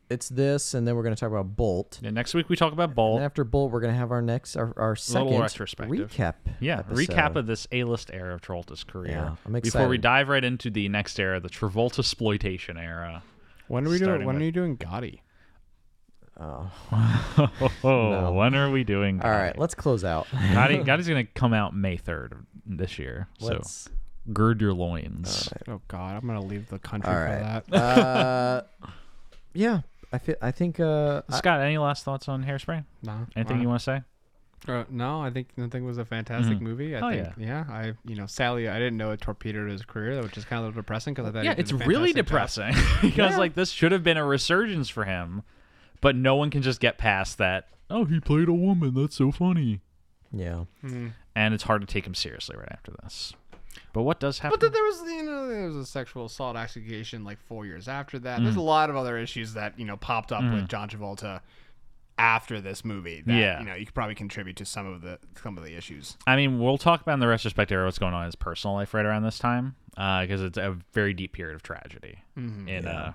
it's this, and then we're going to talk about Bolt. Yeah, next week we talk about And Bolt. after Bolt, we're going to have our next, our, our second retrospective. recap. Yeah, episode. recap of this A-list era of Travolta's career. Yeah, I'm Before we excited. dive right into the next era, the Travolta exploitation era. When are we doing? Starting When with- are you doing Gotti? Oh, when are we doing? All right, let's close out. Gotti, Gotti's gonna come out May third this year. So Let's, gird your loins. Oh God, I'm gonna leave the country all for right. that. Uh, yeah, I feel. I think. Uh, I- Scott, any last thoughts on Hairspray? No, Anything you want to say? Uh, no, I think I think it was a fantastic movie. I Oh, think, yeah. I you know, sadly, I didn't know it torpedoed his career, which is kind of a little depressing because I thought he yeah, did it's a really fantastic job. depressing because like this should have been a resurgence for him, but no one can just get past that. Oh, he played a woman. That's so funny. yeah. And it's hard to take him seriously right after this. But what does happen? But then there was, you know, there was a sexual assault accusation like four years after that. Mm. There's a lot of other issues that you know popped up with John Travolta after this movie. That, Yeah. you know, you could probably contribute to some of the some of the issues. I mean, we'll talk about in the retrospect era what's going on in his personal life right around this time because it's a very deep period of tragedy. Mm-hmm. in, uh,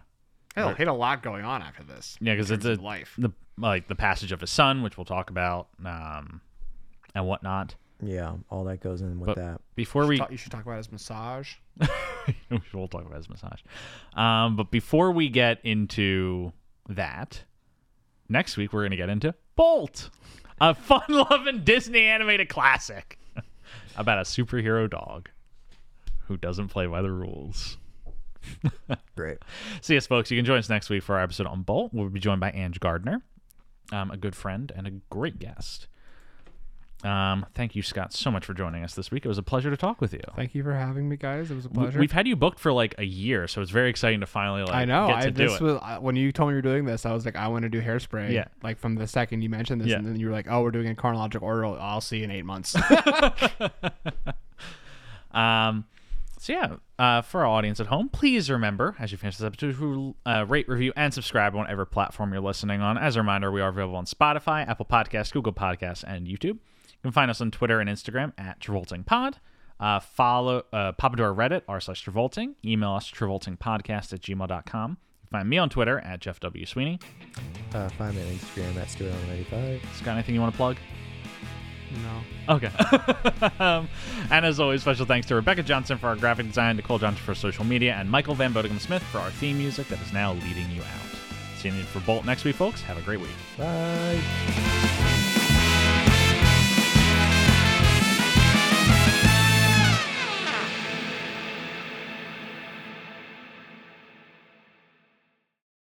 Hell, he had a lot going on after this. yeah, because it's terms a, of life. the like the passage of his son, which we'll talk about, um, and whatnot. Yeah, all that goes in with But that. before we, Thought you should talk about his massage. we'll talk about his massage. Um, but before we get into that, next week we're going to get into Bolt, a fun-loving Disney animated classic about a superhero dog who doesn't play by the rules. Great. So yes, folks, you can join us next week for our episode on Bolt. We'll be joined by Ange Gardner, um, a good friend and a great guest. Um, thank you, Scott, so much for joining us this week. It was a pleasure to talk with you. Thank you for having me, guys. It was a We- pleasure. We've had you booked for like a year, so it's very exciting to finally like I know. get to I, do this it. was I, when you told me you were doing this. I was like, I want to do hairspray. Yeah. Like from the second you mentioned this, Yeah. and then you were like, Oh, we're doing it in chronological order. I'll see you in eight months. Um, so yeah, uh, for our audience at home, please remember as you finish this episode to uh, rate, review, and subscribe on whatever platform you're listening on. As a reminder, we are available on Spotify, Apple Podcasts, Google Podcasts, and YouTube. You can find us on Twitter and Instagram at TravoltingPod. Uh, follow uh, Papadora Reddit, r slash Travolting. Email us, TravoltingPodcast at gmail.com. You can find me on Twitter at Jeff W. Sweeney. Uh, find me on Instagram at Stuart 95 Scott, anything you want to plug? no. Okay. um, and as always, special thanks to Rebecca Johnson for our graphic design, Nicole Johnson for social media, and Michael Van Bodegum Smith for our theme music that is now leading you out. See you for Bolt next week, folks. Have a great week. Bye.